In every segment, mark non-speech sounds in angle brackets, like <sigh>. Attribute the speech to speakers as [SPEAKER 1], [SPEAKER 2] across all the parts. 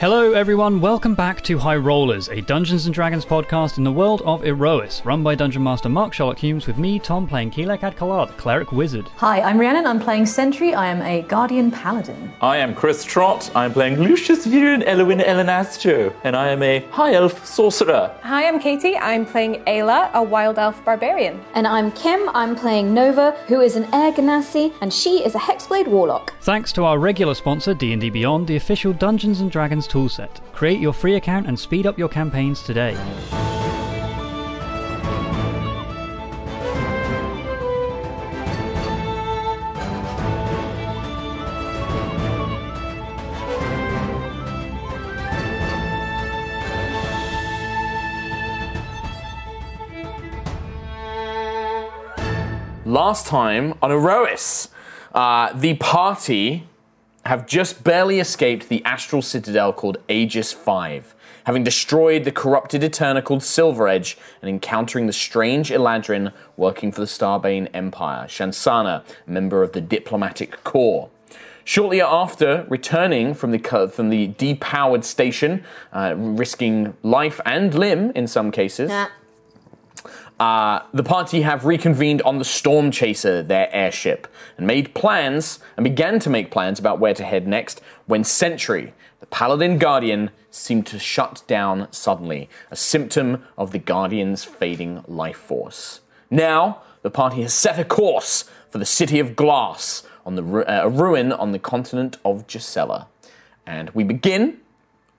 [SPEAKER 1] Hello, everyone. Welcome back to High Rollers, a Dungeons and Dragons podcast in the world of Erois, run by Dungeon Master Mark Sherlock Humes, with me, Tom, playing Kelek Adkalad, cleric wizard.
[SPEAKER 2] Hi, I'm Rhiannon. I'm playing Sentry. I am a Guardian Paladin.
[SPEAKER 3] I am Chris Trott. I'm playing Lucius Viren Elwin Elenastro, and I am a high elf sorcerer.
[SPEAKER 4] Hi, I'm
[SPEAKER 2] <laughs>
[SPEAKER 4] Katie. I'm playing Ayla, a wild elf barbarian.
[SPEAKER 5] And I'm Kim. I'm playing Nova, who is an Air Ganassi, and she is a Hexblade Warlock.
[SPEAKER 1] Thanks to our regular sponsor, D&D Beyond, the official Dungeons and Dragons toolset. Create your free account and speed up your campaigns today.
[SPEAKER 3] Last time on Erois, uh, the party have just barely escaped the astral citadel called Aegis V, having destroyed the corrupted Eterna called Silver Edge and encountering the strange Eladrin working for the Starbane Empire, Shansana, a member of the diplomatic corps. Shortly after returning from the co- from the depowered station, uh, risking life and limb in some cases, uh, the party have reconvened on the Storm Chaser, their airship, and made plans and began to make plans about where to head next when Sentry, the Paladin Guardian, seemed to shut down suddenly, a symptom of the Guardian's fading life force. Now, the party has set a course for the City of Glass, on the ru- uh, a ruin on the continent of Gisela. And we begin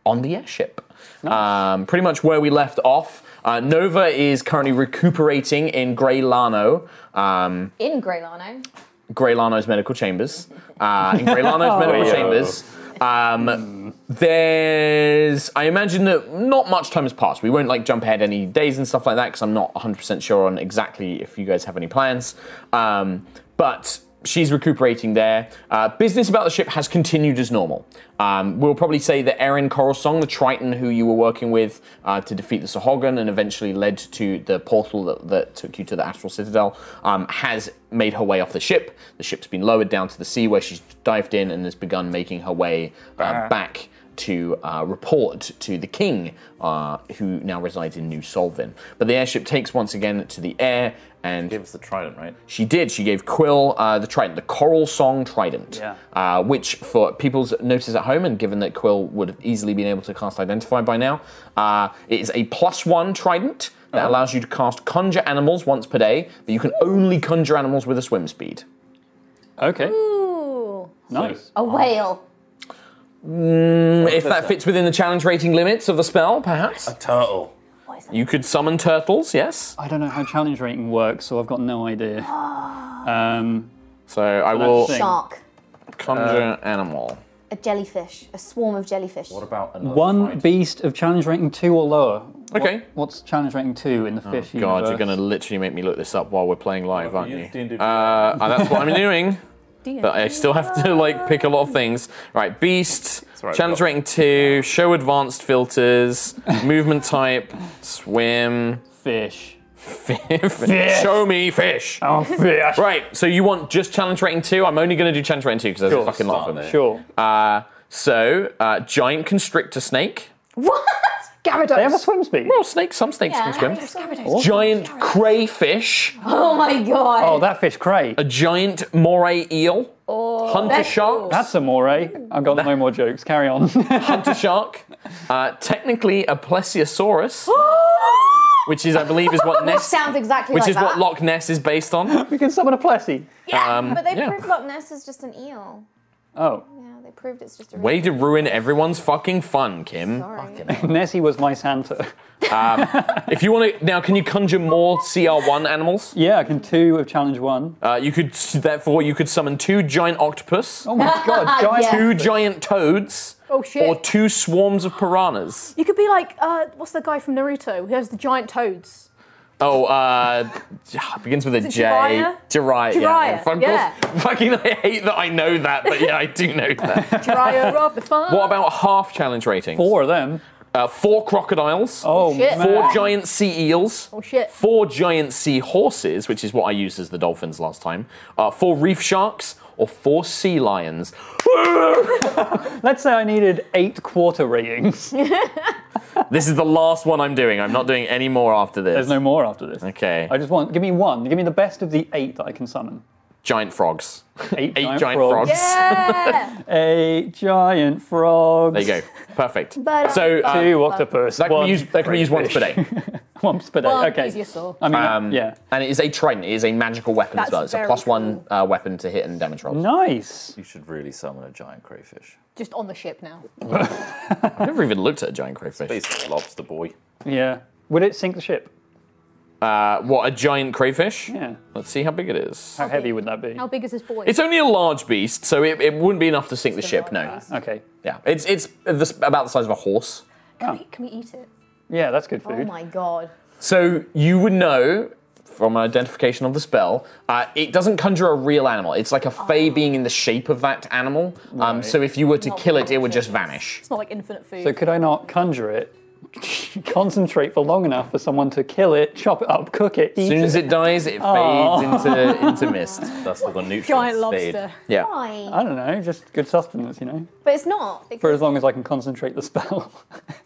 [SPEAKER 3] on the airship. Um, pretty much where we left off. Uh, Nova is currently recuperating in Grey Lano, um,
[SPEAKER 5] In Greylano.
[SPEAKER 3] Grey Lano's medical chambers. Uh, in Grey Lano's medical chambers. Um, there's, I imagine that not much time has passed. We won't like jump ahead any days and stuff like that because I'm not 100% sure on exactly if you guys have any plans. Um, but she's recuperating there. Uh, business about the ship has continued as normal. Um, we'll probably say that Erin Coralsong, the Triton who you were working with uh, to defeat the Sahogan and eventually led to the portal that, that took you to the Astral Citadel, um, has made her way off the ship. The ship's been lowered down to the sea where she's dived in and has begun making her way uh, back to uh, report to the king, uh, who now resides in New Solvin. But the airship takes once again to the air, and
[SPEAKER 6] It's the trident, right?
[SPEAKER 3] she did. She gave Quill uh, the trident, the Coral Song Trident,
[SPEAKER 1] Yeah.
[SPEAKER 3] uh, which for people's notice at home, and given that Quill would have easily been able to cast Identify by now, uh, it is a plus one trident that
[SPEAKER 1] Uh-huh.
[SPEAKER 3] allows you to cast Conjure Animals once per day, but you can only conjure animals with a swim speed.
[SPEAKER 1] Okay,
[SPEAKER 5] Ooh,
[SPEAKER 1] nice.
[SPEAKER 3] Oh,
[SPEAKER 5] a whale.
[SPEAKER 3] if that fits within the challenge rating limits of the spell, perhaps.
[SPEAKER 6] Turtle.
[SPEAKER 3] You could summon turtles, yes?
[SPEAKER 1] I don't know how challenge rating works, so I've got no <gasps> idea. Um,
[SPEAKER 3] So I will
[SPEAKER 1] thing.
[SPEAKER 5] Shark.
[SPEAKER 3] conjure
[SPEAKER 1] uh,
[SPEAKER 3] animal.
[SPEAKER 5] A jellyfish. A swarm of jellyfish.
[SPEAKER 6] What about another
[SPEAKER 1] one
[SPEAKER 6] trident?
[SPEAKER 1] beast of challenge rating two or lower.
[SPEAKER 3] Okay.
[SPEAKER 1] What- what's challenge rating two in the fish
[SPEAKER 3] Oh, God,
[SPEAKER 1] universe?
[SPEAKER 3] you're going to literally make me look this up while we're playing live, aren't
[SPEAKER 6] you
[SPEAKER 3] you?
[SPEAKER 6] didn't do-
[SPEAKER 3] Uh, and that's what I'm doing. <laughs> But I still have to like pick a lot of things. Right, beast,
[SPEAKER 6] right,
[SPEAKER 3] challenge
[SPEAKER 6] we've got-
[SPEAKER 3] rating two, show advanced filters, movement type, swim,
[SPEAKER 1] fish.
[SPEAKER 3] fish. show me fish.
[SPEAKER 1] Oh, fish.
[SPEAKER 3] Right, so you want just challenge rating two? I'm only going to do challenge rating two because there's a fucking lot of them.
[SPEAKER 1] Sure.
[SPEAKER 3] Uh, so, uh, giant constrictor snake.
[SPEAKER 5] What? Gyarados.
[SPEAKER 1] they have a swim speed.
[SPEAKER 3] Well, snakes, some snakes
[SPEAKER 5] Yeah,
[SPEAKER 3] can
[SPEAKER 5] it's
[SPEAKER 3] swim.
[SPEAKER 5] Gyarados.
[SPEAKER 3] Giant crayfish,
[SPEAKER 5] Oh my god.
[SPEAKER 1] Oh, that fish, cray.
[SPEAKER 3] a giant moray eel, hunter
[SPEAKER 5] that's
[SPEAKER 3] shark,
[SPEAKER 1] That's a moray. eh? I've got no more jokes. Carry on.
[SPEAKER 3] hunter shark, uh, technically a plesiosaurus, <gasps> which is, I believe, is
[SPEAKER 5] <laughs>
[SPEAKER 3] what Ness,
[SPEAKER 5] sounds exactly
[SPEAKER 3] which
[SPEAKER 5] like
[SPEAKER 3] is what
[SPEAKER 5] that.
[SPEAKER 3] Loch Ness is based on.
[SPEAKER 1] we can summon a plessy.
[SPEAKER 5] yeah,
[SPEAKER 3] um,
[SPEAKER 5] but they
[SPEAKER 3] yeah.
[SPEAKER 5] proved Loch Ness is just an eel.
[SPEAKER 1] Oh,
[SPEAKER 5] Yeah, they proved it's just a
[SPEAKER 3] Way to ruin everyone's fucking fun, Kim.
[SPEAKER 5] Sorry.
[SPEAKER 1] Nessie was my Santa. <laughs>
[SPEAKER 3] If you want to, now can you conjure more CR1 animals?
[SPEAKER 1] Yeah, I can two of challenge one.
[SPEAKER 3] Uh, you could, therefore, you could summon two giant octopus, <laughs>
[SPEAKER 1] Oh my god, giant.
[SPEAKER 5] Yeah.
[SPEAKER 3] two giant toads,
[SPEAKER 7] Oh, shit.
[SPEAKER 3] or two swarms of piranhas.
[SPEAKER 7] You could be like, uh, what's the guy from Naruto who has the giant toads?
[SPEAKER 3] Oh, uh, <sighs> begins with a
[SPEAKER 7] it
[SPEAKER 3] J.
[SPEAKER 7] Jiraiya?
[SPEAKER 3] Jiraiya.
[SPEAKER 7] Jiraiya,
[SPEAKER 3] Fuck
[SPEAKER 7] yeah.
[SPEAKER 3] off. <laughs> Fucking, I hate that I know that, but yeah, I do know
[SPEAKER 1] <laughs>
[SPEAKER 3] that. <laughs>
[SPEAKER 7] Jiraiya of the Fun.
[SPEAKER 3] what about half challenge ratings?
[SPEAKER 1] Four of them.
[SPEAKER 3] Uh, four crocodiles.
[SPEAKER 1] Oh,
[SPEAKER 7] Shit.
[SPEAKER 1] man.
[SPEAKER 3] Four giant sea eels.
[SPEAKER 7] Oh, shit.
[SPEAKER 3] Four giant sea horses, which is what I used as the dolphins last time. Uh, four reef sharks. or four sea lions.
[SPEAKER 1] Let's say I needed eight
[SPEAKER 3] <laughs>
[SPEAKER 1] quarter ratings.
[SPEAKER 3] this is the last one I'm doing. I'm not doing any more after this.
[SPEAKER 1] There's no more after this.
[SPEAKER 3] Okay.
[SPEAKER 1] I just want, give me one. Give me the best of the eight that I
[SPEAKER 3] <laughs>
[SPEAKER 1] can summon.
[SPEAKER 3] giant frogs.
[SPEAKER 1] Eight,
[SPEAKER 3] Eight
[SPEAKER 1] giant,
[SPEAKER 3] giant,
[SPEAKER 1] frogs.
[SPEAKER 3] frogs. <laughs>
[SPEAKER 7] Yeah.
[SPEAKER 1] Eight giant frogs.
[SPEAKER 3] There you go. Perfect.
[SPEAKER 7] But-
[SPEAKER 3] so uh,
[SPEAKER 1] Two octopus.
[SPEAKER 3] that can
[SPEAKER 1] one
[SPEAKER 3] be used, that can be used once per
[SPEAKER 1] <laughs> crayfish.
[SPEAKER 3] day.
[SPEAKER 1] once per day.
[SPEAKER 7] One
[SPEAKER 1] okay.
[SPEAKER 7] plesiosaur.
[SPEAKER 1] I mean,
[SPEAKER 3] Um,
[SPEAKER 1] yeah.
[SPEAKER 3] And it is a trident. It is a magical weapon as
[SPEAKER 7] That's
[SPEAKER 3] well. It's a
[SPEAKER 7] very
[SPEAKER 3] plus one uh, weapon to hit and damage rolls.
[SPEAKER 1] Nice.
[SPEAKER 6] You should really summon a giant crayfish.
[SPEAKER 7] Just on the ship now.
[SPEAKER 3] I've never even looked at a giant crayfish.
[SPEAKER 6] Basically, lobster boy.
[SPEAKER 1] Yeah. Would it sink the ship?
[SPEAKER 3] Uh, what, a giant crayfish?
[SPEAKER 1] Yeah.
[SPEAKER 3] Let's see how big it is.
[SPEAKER 1] How heavy would that be?
[SPEAKER 7] How big is this boy?
[SPEAKER 3] It's only a large beast, so it, it wouldn't be enough to sink the ship, no.
[SPEAKER 7] Oh
[SPEAKER 1] Okay.
[SPEAKER 3] Yeah. It's, it's the, s- about the size of a horse.
[SPEAKER 7] Can, we, can we eat it?
[SPEAKER 1] Yeah, that's good
[SPEAKER 7] Oh
[SPEAKER 1] food.
[SPEAKER 7] my god.
[SPEAKER 3] So you would know from an identification of the spell, uh, it doesn't conjure a real animal. It's like a fey being in the shape of that animal. Um, so if you were to
[SPEAKER 7] Oh. Not
[SPEAKER 3] kill it, it would
[SPEAKER 7] conscious.
[SPEAKER 3] just vanish.
[SPEAKER 7] It's not like infinite food.
[SPEAKER 1] So could I not conjure it? <laughs> Concentrate for long enough for someone to kill it, chop it up, cook it, eat
[SPEAKER 3] As soon as
[SPEAKER 1] it.
[SPEAKER 3] it dies, it fades into into mist.
[SPEAKER 6] That's the nutrient
[SPEAKER 7] <laughs> Giant
[SPEAKER 6] spade.
[SPEAKER 7] lobster.
[SPEAKER 3] Yeah.
[SPEAKER 1] I don't know, just good sustenance, you know.
[SPEAKER 7] But it's not. It-
[SPEAKER 1] For as long as I can concentrate the spell. <laughs>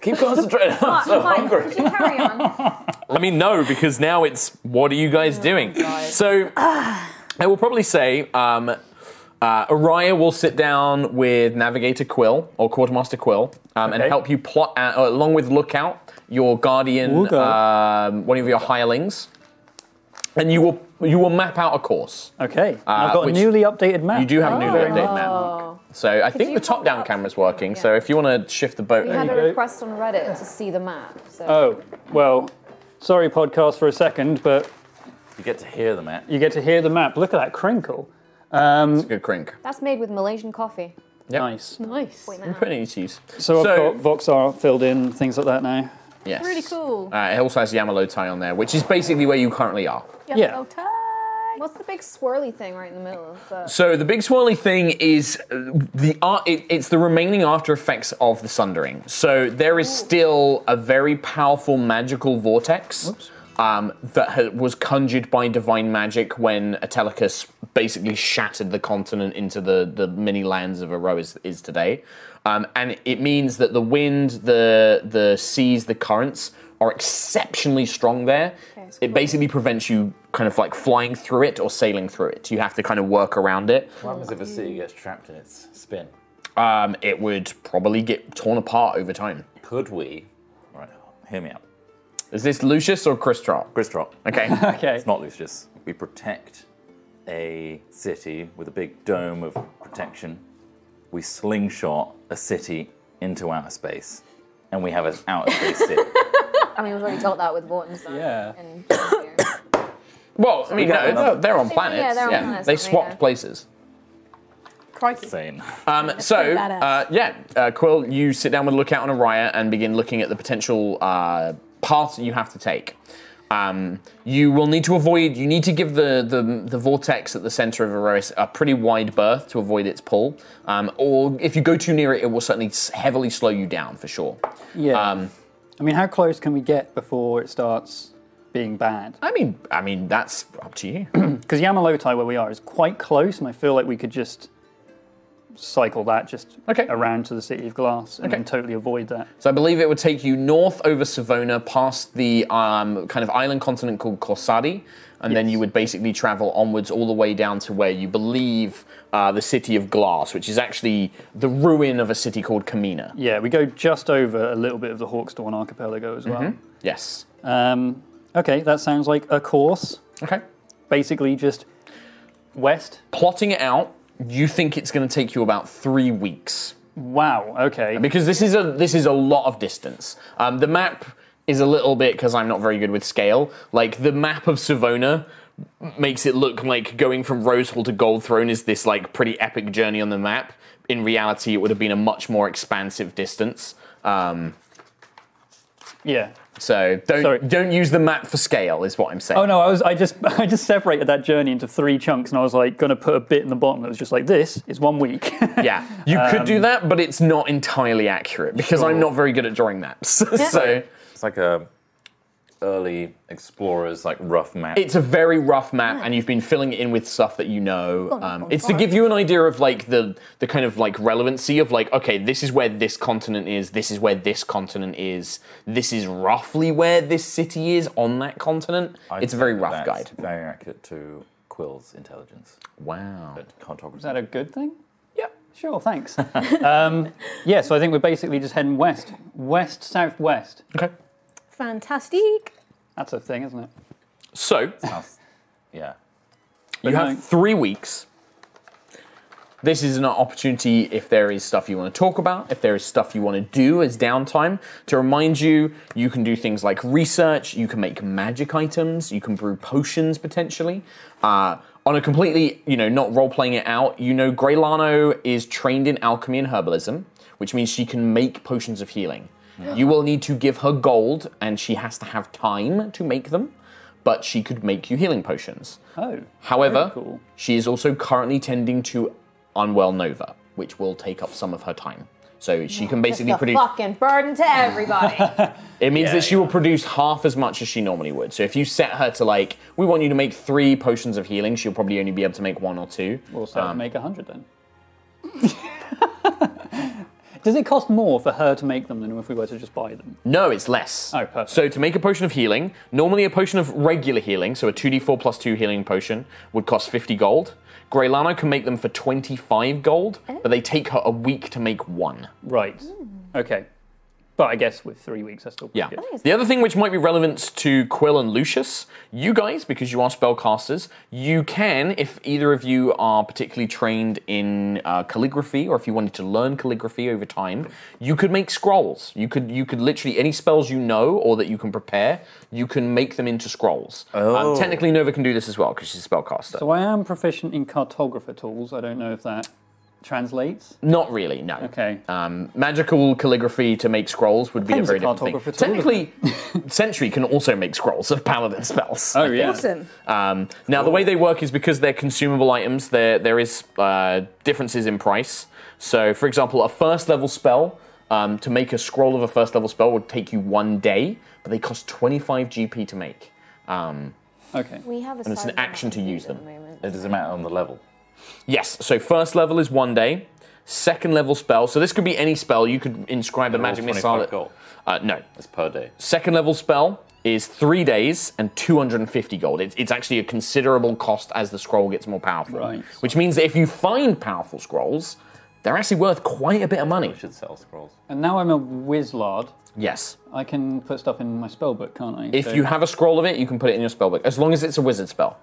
[SPEAKER 6] Keep
[SPEAKER 3] <laughs>
[SPEAKER 6] concentrating. I'm so hungry.
[SPEAKER 5] Could you carry on?
[SPEAKER 3] I mean, no, because now it's what are you
[SPEAKER 5] Oh
[SPEAKER 3] guys doing?
[SPEAKER 5] <sighs>
[SPEAKER 3] So I will probably say um, uh, Araya will sit down with Navigator Quill or Quartermaster Quill um, and
[SPEAKER 1] Okay.
[SPEAKER 3] help you plot, out, uh, along with Lookout, your guardian,
[SPEAKER 1] Okay.
[SPEAKER 3] um, one of your hirelings, and you will you will map out a course.
[SPEAKER 1] Okay. and I've
[SPEAKER 3] Uh,
[SPEAKER 1] got a
[SPEAKER 3] which-
[SPEAKER 1] newly updated map.
[SPEAKER 3] You do have a
[SPEAKER 5] Oh.
[SPEAKER 3] newly
[SPEAKER 1] Very
[SPEAKER 3] updated
[SPEAKER 1] much.
[SPEAKER 3] map. So I think
[SPEAKER 7] you
[SPEAKER 3] the top-down
[SPEAKER 7] pop up?
[SPEAKER 3] camera's working. So if you want to shift the boat,
[SPEAKER 5] We had a
[SPEAKER 1] go.
[SPEAKER 5] request on Reddit to see the map. So.
[SPEAKER 1] Oh, well, sorry, podcast, for a second, but
[SPEAKER 6] You get to hear them, man.
[SPEAKER 1] you get to hear the map. Look at that crinkle. Um,
[SPEAKER 3] good crink.
[SPEAKER 5] That's made with Malaysian coffee.
[SPEAKER 3] Yep.
[SPEAKER 1] nice.
[SPEAKER 7] nice.
[SPEAKER 3] I'm putting it to use.
[SPEAKER 1] So, I've got Voxar filled in, things like that now.
[SPEAKER 3] Yes.
[SPEAKER 7] Really cool.
[SPEAKER 3] Uh, it also has Yamalo tie on there, which is basically where you currently are.
[SPEAKER 1] yeah.
[SPEAKER 7] Oh, tight.
[SPEAKER 5] What's the big swirly thing right in the middle? Of the...
[SPEAKER 3] So the big swirly thing is uh, the ar it, it's the remaining after effects of the sundering. So there is still a very powerful magical vortex um, that ha- was conjured by divine magic when Atelicus basically shattered the continent into the the many lands of Aro is, is today, um, and it means that the wind, the the seas, the currents are exceptionally strong there. it basically prevents you kind of like flying through it or sailing through it. You have to kind of work around it.
[SPEAKER 6] What happens if a city gets trapped in its spin?
[SPEAKER 3] Um, it would probably get torn apart over time.
[SPEAKER 6] Could we? Right, hear me out.
[SPEAKER 3] Is this Lucius or Chris Trot?
[SPEAKER 6] Chris Trot. <laughs>
[SPEAKER 3] Okay.
[SPEAKER 1] Okay.
[SPEAKER 6] It's not Lucius. We protect a city with a big dome of protection. We slingshot a city into outer space, and we have an outer space city.
[SPEAKER 5] I mean, we've already got that with Vorten's.
[SPEAKER 1] Yeah.
[SPEAKER 5] And,
[SPEAKER 3] well, I mean,
[SPEAKER 6] got
[SPEAKER 3] no,
[SPEAKER 6] another-
[SPEAKER 3] they're on planets.
[SPEAKER 5] Yeah, they're on planets,
[SPEAKER 3] They
[SPEAKER 5] aren't they?
[SPEAKER 3] swapped
[SPEAKER 5] Yeah.
[SPEAKER 3] places.
[SPEAKER 7] Crikey.
[SPEAKER 6] Insane.
[SPEAKER 3] Um, so,
[SPEAKER 7] badass.
[SPEAKER 3] uh, yeah, uh, Quill, you sit down with Lookout and Araya and begin looking at the potential uh, paths that you have to take. Um, you will need to avoid, you need to give the, the, the vortex at the center of Erois a pretty wide berth to avoid its pull. Um, or if you go too near it, it will certainly s- heavily slow you down for sure.
[SPEAKER 1] Yeah.
[SPEAKER 3] Um,
[SPEAKER 1] I mean, how close can we get before it starts being bad?
[SPEAKER 3] I mean, I mean that's up to you.
[SPEAKER 1] Because Yamalotai, where we are, is quite close, and I feel like we could just cycle that just
[SPEAKER 3] Okay.
[SPEAKER 1] around to the City of Glass and
[SPEAKER 3] Okay.
[SPEAKER 1] then totally avoid that.
[SPEAKER 3] So I believe it would take you north over Savona, past the um, kind of island continent called Corsadi, and then you would basically travel onwards all the way down to where you believe uh, the city of Glass, which is actually the ruin of a city called Kamina.
[SPEAKER 1] Yeah, we go just over a little bit of the Hawkstorn Archipelago as
[SPEAKER 3] Mm-hmm.
[SPEAKER 1] well.
[SPEAKER 3] Yes.
[SPEAKER 1] Um, okay, that sounds like a course.
[SPEAKER 3] Okay.
[SPEAKER 1] Basically, just west.
[SPEAKER 3] Plotting it out, you think it's going to take you about three weeks.
[SPEAKER 1] Wow. oh, Okay.
[SPEAKER 3] because this is a this is a lot of distance. Um, the map is a little bit because I'm not very good with scale. Like the map of Savona makes it look like going from Rose Hall to Gold Throne is this like pretty epic journey on the map. In reality, it would have been a much more expansive distance. Um,
[SPEAKER 1] Yeah.
[SPEAKER 3] so don't
[SPEAKER 1] Sorry.
[SPEAKER 3] don't use the map for scale is what I'm saying.
[SPEAKER 1] Oh no, I was I just <laughs> I just separated that journey into three chunks, and I was like going to put a bit in the bottom that was just like this is one week. <laughs>
[SPEAKER 3] Yeah, you could
[SPEAKER 1] Um,
[SPEAKER 3] do that, but it's not <laughs> entirely accurate because I'm not very good at drawing maps. so
[SPEAKER 6] It's like a, um, early explorers like rough map.
[SPEAKER 3] It's a very rough map, and you've been filling it in with stuff that you know.
[SPEAKER 7] Gone up
[SPEAKER 3] Um,
[SPEAKER 7] on
[SPEAKER 3] it's to
[SPEAKER 7] fire.
[SPEAKER 3] give you an idea of like the the kind of like relevancy of like okay, this is where this continent is, this is where this continent is, this is roughly where this city is on that continent.
[SPEAKER 6] I
[SPEAKER 3] it's a very
[SPEAKER 6] think
[SPEAKER 3] rough guide.
[SPEAKER 6] that's Very accurate to Quill's intelligence.
[SPEAKER 3] Wow.
[SPEAKER 6] But cartography.
[SPEAKER 1] Is that a good thing?
[SPEAKER 3] Yep.
[SPEAKER 1] Sure, thanks. <laughs> um, yeah, so I think we're basically just heading west, west, southwest.
[SPEAKER 3] Okay.
[SPEAKER 7] Fantastic.
[SPEAKER 1] That's a thing, isn't it?
[SPEAKER 3] So
[SPEAKER 6] House- yeah.
[SPEAKER 3] you
[SPEAKER 1] no.
[SPEAKER 3] have three weeks. This is an opportunity if there is stuff you want to talk about, if there is stuff you want to do as downtime. To remind you, you can do things like research, you can make magic items, you can brew potions potentially. Uh, on a completely, you know, not role playing it out, you know, Greylano is trained in alchemy and herbalism, which means she can make potions of healing. You will need to give her gold, and she has to have time to make them, but she could make you healing potions.
[SPEAKER 1] Oh.
[SPEAKER 3] However,
[SPEAKER 1] very cool.
[SPEAKER 3] she is also currently tending to Unwell Nova, which will take up some of her time. So she can basically
[SPEAKER 8] Oh, Just a
[SPEAKER 3] produce.
[SPEAKER 8] fucking burden to
[SPEAKER 1] <laughs>
[SPEAKER 8] everybody.
[SPEAKER 3] It means that she will produce half as much as she normally would. So if you set her to like, we want you to make three potions of healing, she'll probably only be able to make one or two. Um,
[SPEAKER 1] We'll start to make a 100 then. <laughs> Does it cost more for her to make them than if we were to just buy them?
[SPEAKER 3] No, it's less.
[SPEAKER 1] Oh, perfect.
[SPEAKER 3] So to make a potion of healing, normally a potion of regular healing, so a 2d4 plus 2 healing potion, would cost 50 gold. Greylano can make them for 25 gold,
[SPEAKER 8] Oh.
[SPEAKER 3] but they take her a week to make one.
[SPEAKER 1] Right. Okay. But I guess with three weeks, that's still pretty
[SPEAKER 3] Yeah.
[SPEAKER 1] good.
[SPEAKER 3] The other thing which might be relevant to Quill and Lucius, you guys, because you are spellcasters, you can, if either of you are particularly trained in uh, calligraphy, or if you wanted to learn calligraphy over time, you could make scrolls. You could, you could literally any spells you know or that you can prepare, you can make them into scrolls. Um, technically, Nova can do this as well because she's a spellcaster.
[SPEAKER 1] So I am proficient in cartographer tools. I don't know if that translates.
[SPEAKER 3] Not really, no.
[SPEAKER 1] Okay.
[SPEAKER 3] Um, magical calligraphy to make scrolls would be a
[SPEAKER 1] Them's a
[SPEAKER 3] very different thing.
[SPEAKER 1] cartographer tool,
[SPEAKER 3] Technically, <laughs> Sentry can also make scrolls of paladin spells.
[SPEAKER 1] Oh, yeah.
[SPEAKER 2] Awesome.
[SPEAKER 3] Um, now, the way they work is because they're consumable items, there, there is uh, differences in price. So, for example, a first level spell, um, to make a scroll of a first level spell would take you one day, but they cost 25 GP to make. Um,
[SPEAKER 1] Okay.
[SPEAKER 5] We have a
[SPEAKER 3] and it's an
[SPEAKER 5] sizable
[SPEAKER 3] action to
[SPEAKER 5] amount
[SPEAKER 3] use
[SPEAKER 5] at
[SPEAKER 3] them. Uh,
[SPEAKER 5] the moment.
[SPEAKER 6] It doesn't matter on the level.
[SPEAKER 3] Yes, so first level is one day. Second level spell, so this could be any spell. You could inscribe a
[SPEAKER 6] all
[SPEAKER 3] magic
[SPEAKER 6] 25
[SPEAKER 3] missile.
[SPEAKER 6] gold.
[SPEAKER 3] Uh, no,
[SPEAKER 6] It's per day.
[SPEAKER 3] Second level spell is three days and 250 gold. It's, it's actually a considerable cost as the scroll gets more powerful.
[SPEAKER 1] Right.
[SPEAKER 3] Which means that if you find powerful scrolls, they're actually worth quite a bit of money.
[SPEAKER 6] We should sell scrolls.
[SPEAKER 1] And now I'm a wizard.
[SPEAKER 3] Yes.
[SPEAKER 1] I can put stuff in my spell book, can't I?
[SPEAKER 3] If
[SPEAKER 1] So-
[SPEAKER 3] you have a scroll of it, you can put it in your spellbook, as long as it's a wizard spell.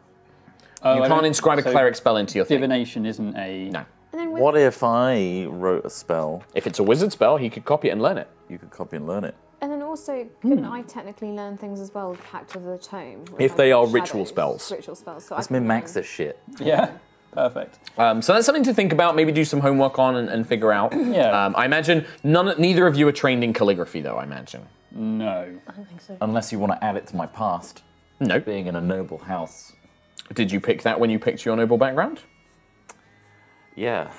[SPEAKER 1] Oh,
[SPEAKER 3] You
[SPEAKER 1] I
[SPEAKER 3] can't
[SPEAKER 1] don't-
[SPEAKER 3] inscribe a
[SPEAKER 1] so
[SPEAKER 3] cleric spell into your thing.
[SPEAKER 1] Divination isn't a. <laughs>
[SPEAKER 3] No.
[SPEAKER 6] What if I wrote a spell?
[SPEAKER 3] If it's a wizard spell, he could copy it and learn it.
[SPEAKER 6] You could copy and learn it.
[SPEAKER 5] And then also,
[SPEAKER 3] Hmm.
[SPEAKER 5] can I technically learn things as well with Pact of the Tome? with,
[SPEAKER 3] If
[SPEAKER 5] like,
[SPEAKER 3] they are
[SPEAKER 5] shadows,
[SPEAKER 3] ritual spells.
[SPEAKER 5] Ritual spells. So
[SPEAKER 6] Let's
[SPEAKER 5] I can
[SPEAKER 6] min max
[SPEAKER 5] learn-
[SPEAKER 6] this shit.
[SPEAKER 1] Yeah. Perfect.
[SPEAKER 3] Um, so that's something to think about. Maybe do some homework on and, and figure out.
[SPEAKER 1] <clears throat> Yeah.
[SPEAKER 3] Um, I imagine none, neither of you are trained in calligraphy, though. I imagine.
[SPEAKER 1] No.
[SPEAKER 6] Unless you want to add it to my past,
[SPEAKER 3] No.
[SPEAKER 6] being in a noble house.
[SPEAKER 3] Did you pick that when you picked your noble background?
[SPEAKER 1] <laughs>
[SPEAKER 6] Yeah.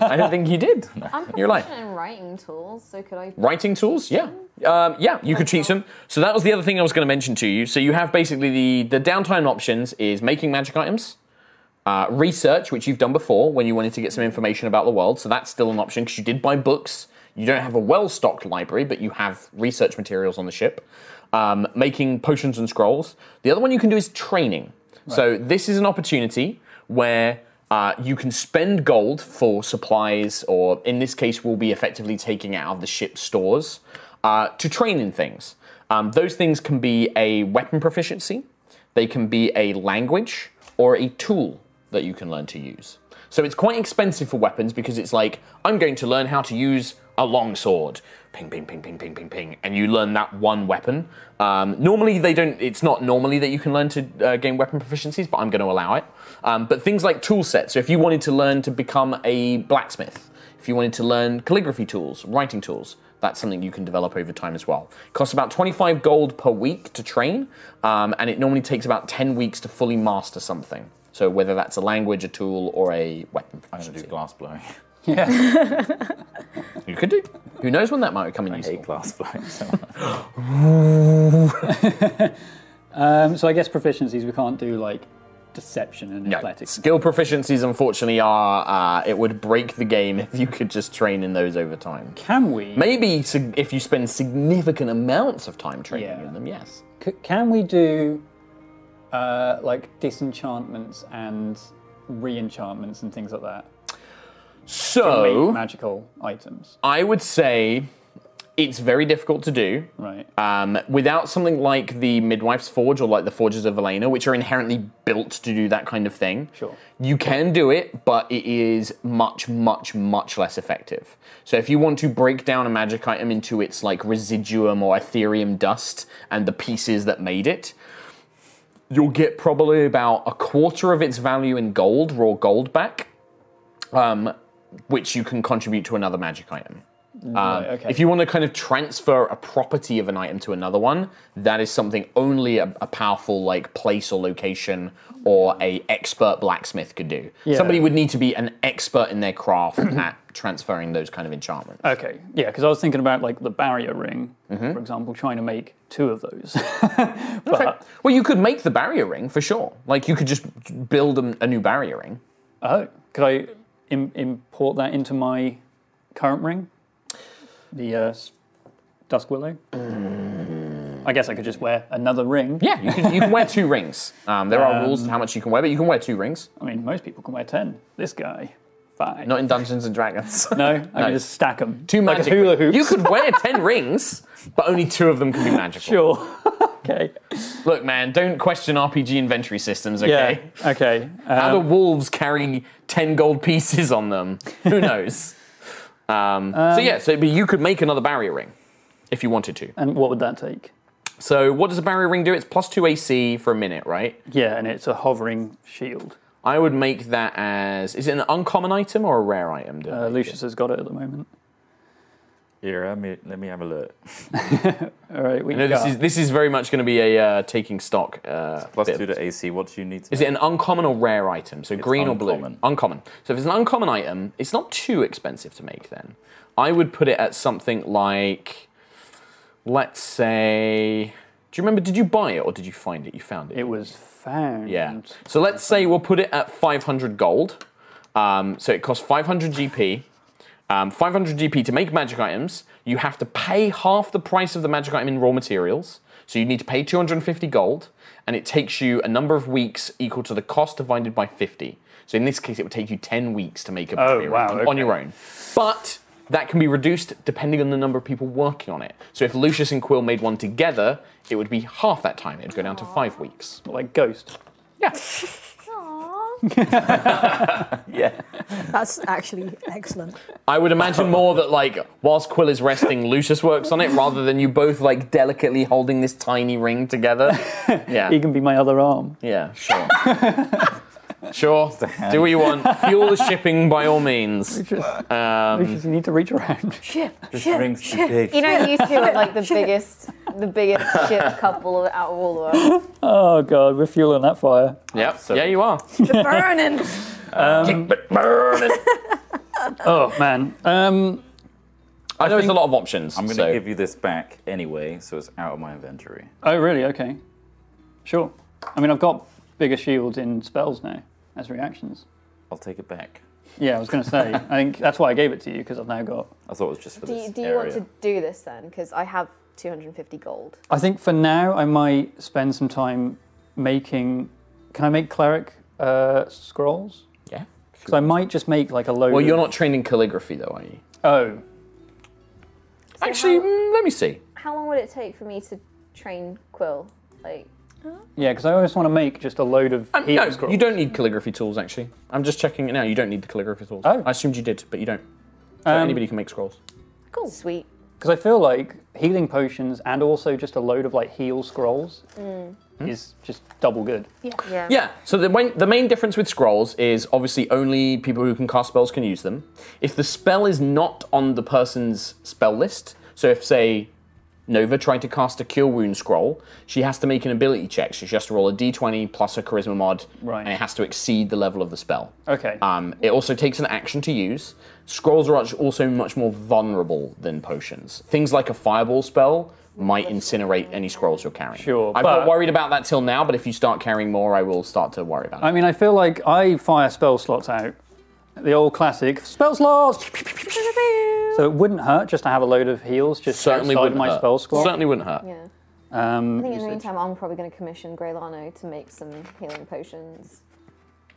[SPEAKER 3] I don't think you did.
[SPEAKER 5] I'm
[SPEAKER 3] You're like-
[SPEAKER 5] proficient in writing tools, so could I?
[SPEAKER 3] Writing tools, yeah, um, yeah, you could cheat them. So that was the other thing I was going to mention to you. So you have basically the the downtime options is making magic items, uh, research, which you've done before when you wanted to get some information about the world. So that's still an option because you did buy books. You don't have a well stocked library, but you have research materials on the ship. Um, making potions and scrolls. The other one you can do is training. So this is an opportunity where uh, you can spend gold for supplies, or in this case, will be effectively taking it out of the ship's stores uh, to train in things. Um, those things can be a weapon proficiency, they can be a language, or a tool that you can learn to use. So it's quite expensive for weapons because it's like, I'm going to learn how to use a longsword. Ping, ping, ping, ping, ping, ping, ping. And you learn that one weapon. Um, normally, they don't, it's not normally that you can learn to uh, gain weapon proficiencies, but I'm going to allow it. Um, but things like tool sets. So if you wanted to learn to become a blacksmith, if you wanted to learn calligraphy tools, writing tools, that's something you can develop over time as well. Costs about 25 gold per week to train, um, and it normally takes about 10 weeks to fully master something. So whether that's a language, a tool, or a weapon
[SPEAKER 6] I'm going to <laughs>
[SPEAKER 3] proficiency.
[SPEAKER 6] do glass blowing.
[SPEAKER 1] Yeah.
[SPEAKER 3] You could do. Who knows when that might come in
[SPEAKER 6] I
[SPEAKER 3] useful?
[SPEAKER 6] hate glass <laughs> blowing so much.
[SPEAKER 1] Um, so I guess proficiencies we can't do like deception and
[SPEAKER 3] No.
[SPEAKER 1] athletics.
[SPEAKER 3] Skill proficiencies, unfortunately, are uh, it would break the game if you could just train in those over time.
[SPEAKER 1] Can we?
[SPEAKER 3] Maybe sig- if you spend significant amounts of time training
[SPEAKER 1] Yeah.
[SPEAKER 3] in them, yes.
[SPEAKER 1] C- can we do uh, like disenchantments and reenchantments and things like that?
[SPEAKER 3] So
[SPEAKER 1] Make magical items,
[SPEAKER 3] I would say it's very difficult to do.
[SPEAKER 1] right?
[SPEAKER 3] Um, without something like the Midwife's Forge or like the Forges of Elena, which are inherently built to do that kind of thing,
[SPEAKER 1] Sure.
[SPEAKER 3] you can do it, but it is much, much, much less effective. So if you want to break down a magic item into its like residuum or ethereum dust and the pieces that made it, you'll get probably about a quarter of its value in gold, raw gold back, um, which you can contribute to another magic item. Um,
[SPEAKER 1] Right, okay.
[SPEAKER 3] If you want to kind of transfer a property of an item to another one, that is something only a, a powerful like place or location or a expert blacksmith could do. Somebody would need to be an expert in their craft <clears throat> at transferring those kind of enchantments.
[SPEAKER 1] Okay, yeah, because I was thinking about like the barrier ring,
[SPEAKER 3] Mm-hmm.
[SPEAKER 1] for example, trying to make two of those. <laughs> but
[SPEAKER 3] Well, you could make the barrier ring for sure. Like you could just build a, a new barrier ring.
[SPEAKER 1] oh, could I Im- import that into my current ring, the uh, s- dusk willow? I guess I could just wear another ring.
[SPEAKER 3] Yeah, you can, you can wear two rings. Um, there are rules to how much you can wear, but you can wear two rings.
[SPEAKER 1] I mean, most people can wear ten. This guy, five.
[SPEAKER 3] Not in Dungeons and Dragons.
[SPEAKER 1] <laughs> no, I can just stack them.
[SPEAKER 3] Two
[SPEAKER 1] like
[SPEAKER 3] magic
[SPEAKER 1] a hula
[SPEAKER 3] rings.
[SPEAKER 1] hoop.
[SPEAKER 3] You could wear ten rings, but only two of
[SPEAKER 1] <laughs>
[SPEAKER 3] them can be magical.
[SPEAKER 1] sure. <laughs> okay.
[SPEAKER 3] Look, man, don't question RPG inventory systems, okay?
[SPEAKER 1] Yeah. Okay. Uh,
[SPEAKER 3] How do wolves carry 10 gold pieces on them? Who
[SPEAKER 1] <laughs>
[SPEAKER 3] knows? um, so, yeah, so but you could make another barrier ring if you wanted to.
[SPEAKER 1] and what would that take?
[SPEAKER 3] So, what does a barrier ring do? It's plus 2 AC for a minute, right?
[SPEAKER 1] Yeah, and it's a hovering shield.
[SPEAKER 3] I would make that as. Is it an uncommon item or a rare item?
[SPEAKER 1] Uh, Lucius has got it at the moment.
[SPEAKER 6] Here, let me, let me have a look.
[SPEAKER 1] All right. We
[SPEAKER 3] no, this
[SPEAKER 1] got-
[SPEAKER 3] is, this is very much going to be a uh, taking stock. Uh,
[SPEAKER 6] Plus
[SPEAKER 3] bit
[SPEAKER 6] two
[SPEAKER 3] of
[SPEAKER 6] to AC. What do you need to
[SPEAKER 3] Is it an uncommon or rare item? So green or blue?
[SPEAKER 6] uncommon.
[SPEAKER 3] Uncommon. So if it's an uncommon item, it's not too expensive to make then. I would put it at something like, let's say, do you remember, did you buy it or did you find it? You found it.
[SPEAKER 1] It was found.
[SPEAKER 3] Yeah. So let's say we'll put it at 500 gold. Um, so it costs 500 GP. Um, 500 GP to make magic items, you have to pay half the price of the magic item in raw materials. So you need to pay 250 gold, and it takes you a number of weeks equal to the cost divided by 50. So in this case, it would take you 10 weeks to make a
[SPEAKER 1] Oh,
[SPEAKER 3] material
[SPEAKER 1] wow,
[SPEAKER 3] on
[SPEAKER 1] okay.
[SPEAKER 3] your own. But that can be reduced depending on the number of people working on it. So if Lucius and Quill made one together, it would be half that time. It would go down to five weeks.
[SPEAKER 1] Like Ghost.
[SPEAKER 3] Yeah.
[SPEAKER 7] That's actually <laughs> excellent.
[SPEAKER 3] I would imagine more that like whilst Quill is resting, Lucius works on it rather than you both like delicately holding this tiny
[SPEAKER 6] <laughs>
[SPEAKER 3] ring together. Yeah.
[SPEAKER 1] He can be my other arm.
[SPEAKER 3] Yeah. Sure. Sure. Do what you want. Fuel the shipping by all means.
[SPEAKER 1] Lucius, you need to reach around.
[SPEAKER 7] Shit,
[SPEAKER 6] do? Rings too big.
[SPEAKER 8] You know, you two are like the biggest,
[SPEAKER 3] <laughs>
[SPEAKER 8] the biggest shit couple out of all of us.
[SPEAKER 1] Oh god, we're fueling that fire.
[SPEAKER 3] Yep. yeah, you are.
[SPEAKER 7] burning.
[SPEAKER 1] Oh man. Um,
[SPEAKER 3] I know it's a lot of options.
[SPEAKER 6] I'm going to
[SPEAKER 3] so.
[SPEAKER 6] give you this back anyway, so it's out of my inventory.
[SPEAKER 1] oh really? Okay. Sure. I mean, I've got bigger shields in spells now as reactions.
[SPEAKER 6] I'll take it back.
[SPEAKER 1] Yeah, I was going
[SPEAKER 3] <laughs>
[SPEAKER 1] to say. I think that's why I gave it to you because I've now got.
[SPEAKER 6] I thought it was just for
[SPEAKER 8] Do
[SPEAKER 6] this
[SPEAKER 8] you, do you want
[SPEAKER 6] area.
[SPEAKER 8] to do this then? Because I have 250 gold.
[SPEAKER 1] I think for now I might spend some time making. Can I make cleric uh, scrolls?
[SPEAKER 3] Yeah.
[SPEAKER 1] Because I might just make like a load.
[SPEAKER 3] Well,
[SPEAKER 1] of-
[SPEAKER 3] you're not trained in calligraphy though, are you?
[SPEAKER 1] Oh,
[SPEAKER 3] Actually, mm, let me see.
[SPEAKER 8] How long would it take for me to train Quill? Like,
[SPEAKER 1] yeah. Because I always want to make just a load of.
[SPEAKER 3] Um,
[SPEAKER 1] healing
[SPEAKER 3] no,
[SPEAKER 1] scrolls.
[SPEAKER 3] you don't need calligraphy tools. Actually, I'm just checking it now. You don't need the calligraphy tools.
[SPEAKER 1] Oh.
[SPEAKER 3] I assumed you did, but you don't. So
[SPEAKER 6] Um,
[SPEAKER 3] anybody can make scrolls.
[SPEAKER 8] cool. Sweet.
[SPEAKER 1] Because I feel like healing potions and also just a load of like heal scrolls
[SPEAKER 3] Mm.
[SPEAKER 1] is just double good.
[SPEAKER 8] Yeah.
[SPEAKER 3] Yeah. So the, when, the main difference with scrolls is obviously only people who can cast spells can use them. If the spell is not on the person's spell list, so if say Nova tried to cast a Cure Wound scroll. She has to make an ability check, so she has to roll a d20 plus her charisma mod,
[SPEAKER 1] Right.
[SPEAKER 3] and it has to exceed the level of the spell.
[SPEAKER 1] Okay.
[SPEAKER 3] Um, it also takes an action to use. Scrolls are much- also much more vulnerable than potions. Things like a fireball spell might incinerate any scrolls you're carrying.
[SPEAKER 1] Sure,
[SPEAKER 3] I've not
[SPEAKER 1] but-
[SPEAKER 3] worried about that till now, but if you start carrying more, I will start to worry about it.
[SPEAKER 1] I mean, I feel like I fire spell slots out. The old classic spell slots. So it wouldn't hurt just to have a load of heals just
[SPEAKER 3] Certainly
[SPEAKER 1] outside
[SPEAKER 3] wouldn't
[SPEAKER 1] my
[SPEAKER 3] hurt.
[SPEAKER 1] spell slot.
[SPEAKER 3] Certainly wouldn't hurt.
[SPEAKER 8] Yeah. I
[SPEAKER 1] Um,
[SPEAKER 8] think in the
[SPEAKER 1] usage.
[SPEAKER 8] meantime, I'm probably going to commission Greylano to make some healing potions.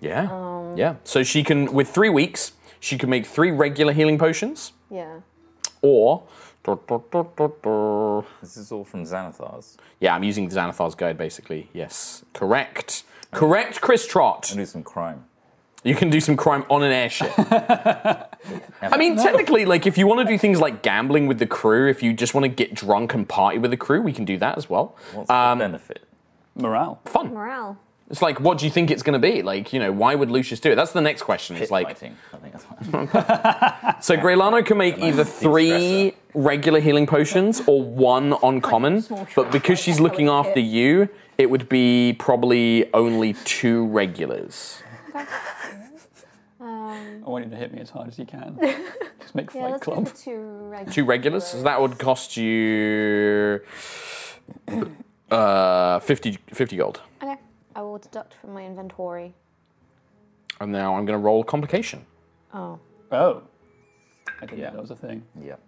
[SPEAKER 3] Yeah. yeah. So she can, with three weeks, she can make three regular healing potions,
[SPEAKER 8] Yeah.
[SPEAKER 3] or. Yeah,
[SPEAKER 6] This is all from Xanathar's.
[SPEAKER 3] I'm using Xanathar's guide basically. Yes. Correct. Correct, Chris Trot.
[SPEAKER 6] Do some crime.
[SPEAKER 3] You can do some crime on an airship. I mean, technically, like if you want to do things like gambling with the crew, if you just want to get drunk and party with the crew, we can do that as well.
[SPEAKER 6] What's the benefit?
[SPEAKER 1] morale.
[SPEAKER 3] Fun.
[SPEAKER 8] Morale.
[SPEAKER 3] It's like, what do you think it's going to be? Like, you know, why would Lucius do it? That's the next question. It's
[SPEAKER 6] Pit
[SPEAKER 3] like,
[SPEAKER 6] <laughs> fighting. I think that's
[SPEAKER 3] So Greylano can make either three regular healing potions or one uncommon, but because she's looking after you, it would be probably only two regulars.
[SPEAKER 1] I want you to hit me as hard as you can. just make
[SPEAKER 8] Yeah,
[SPEAKER 1] Fight
[SPEAKER 8] let's go
[SPEAKER 1] Club.
[SPEAKER 8] for two regulars.
[SPEAKER 3] Two regulars, so that would cost you uh, 50, 50 gold.
[SPEAKER 8] Okay. I will deduct from my inventory.
[SPEAKER 3] And now I'm going to roll complication.
[SPEAKER 8] Oh.
[SPEAKER 1] Oh. I didn't know that was a thing.
[SPEAKER 6] Yep.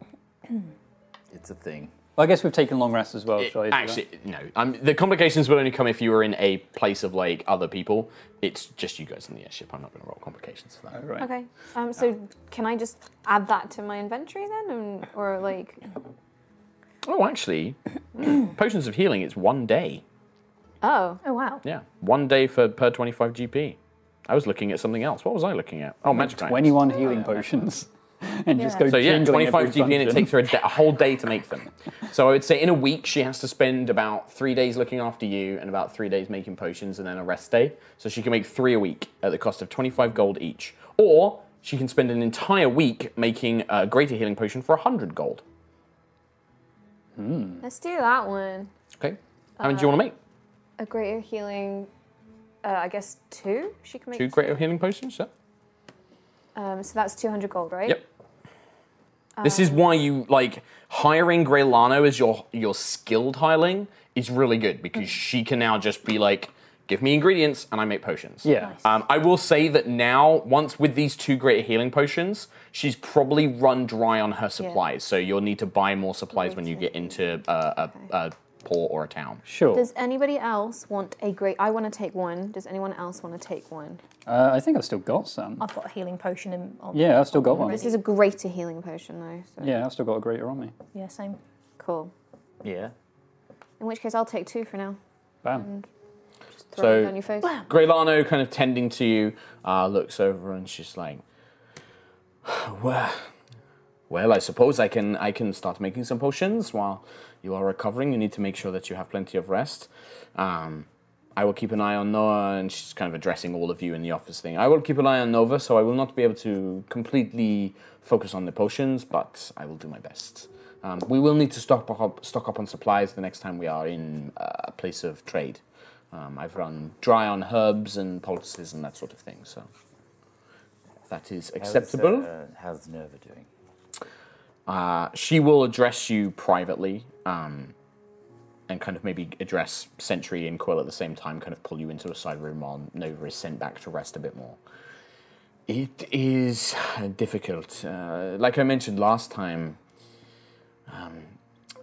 [SPEAKER 6] it's a thing.
[SPEAKER 1] Well, I guess we've taken long rests as well.
[SPEAKER 3] It-
[SPEAKER 1] shall I do that?
[SPEAKER 3] actually, no. Um, the complications would only come if you were in a place of like other people. It's just you guys in the airship. I'm not going to roll complications for that.
[SPEAKER 1] Right.
[SPEAKER 8] Okay. Um, so can I just add that to my inventory then? And, or like.
[SPEAKER 3] Oh, actually, hmm, potions of healing. It's one day.
[SPEAKER 8] Oh.
[SPEAKER 7] Oh wow.
[SPEAKER 3] Yeah, one day for per twenty-five GP. I was looking at something else. What was I looking at? Oh, magic items.
[SPEAKER 1] 21 healing potions. <laughs> And just go
[SPEAKER 3] So yeah,
[SPEAKER 1] jingling every
[SPEAKER 3] twenty-five GP, and it
[SPEAKER 1] dungeon.
[SPEAKER 3] takes her a, da- a whole day to make them. So I would say in a week she has to spend about three days looking after you and about three days making potions and then a rest day. So she can make three a week at the cost of twenty-five gold each, or she can spend an entire week making a greater healing potion for hundred gold.
[SPEAKER 8] Let's do that one.
[SPEAKER 3] Okay, how many do you want to make?
[SPEAKER 8] A greater healing. Uh, I guess two. She can make
[SPEAKER 3] Two greater healing potions. Yeah.
[SPEAKER 8] Um, so that's 200 gold, right?
[SPEAKER 3] Yep. This is why you like hiring Greylano as your your skilled hireling is really good because she can now just be like, give me ingredients and I make potions.
[SPEAKER 1] Yeah. Nice.
[SPEAKER 3] Um, I will say that now, once with these two greater healing potions, she's probably run dry on her supplies. So you'll need to buy more supplies when you get into a, a, a port or a town.
[SPEAKER 1] Sure.
[SPEAKER 8] Does anybody else want a great? I want to take one. Does anyone else want to take one?
[SPEAKER 1] Uh, I think I've still got some.
[SPEAKER 2] I've got a healing potion in. oh, On, yeah.
[SPEAKER 1] Yeah, I've still got one.
[SPEAKER 8] This is a greater healing potion, though. So.
[SPEAKER 1] Yeah, I've still got a greater on me.
[SPEAKER 2] same.
[SPEAKER 8] Cool.
[SPEAKER 6] Yeah.
[SPEAKER 8] In which case, I'll take two for now.
[SPEAKER 1] Bam.
[SPEAKER 8] Just throw it
[SPEAKER 3] So-
[SPEAKER 8] down your face.
[SPEAKER 3] Greylano kind of tending to you uh, looks over and she's like, "Well, well, I suppose I can I can start making some potions while you are recovering. You need to make sure that you have plenty of rest. Um, I will keep an eye on Noah, and she's kind of addressing all of you in the office thing. I will keep an eye on Nova, so I will not be able to completely focus on the potions, but I will do my best. Um, we will need to stock up, stock up on supplies the next time we are in uh, a place of trade. Um, I've run dry on herbs and poultices and that sort of thing, so that is acceptable.
[SPEAKER 6] How's, uh, how's Nerva doing?
[SPEAKER 3] Uh, she will address you privately um, and kind of maybe address Sentry and Quill at the same time, kind of pull you into a side room while Nova is sent back to rest a bit more. It is difficult. Uh, like I mentioned last time, um,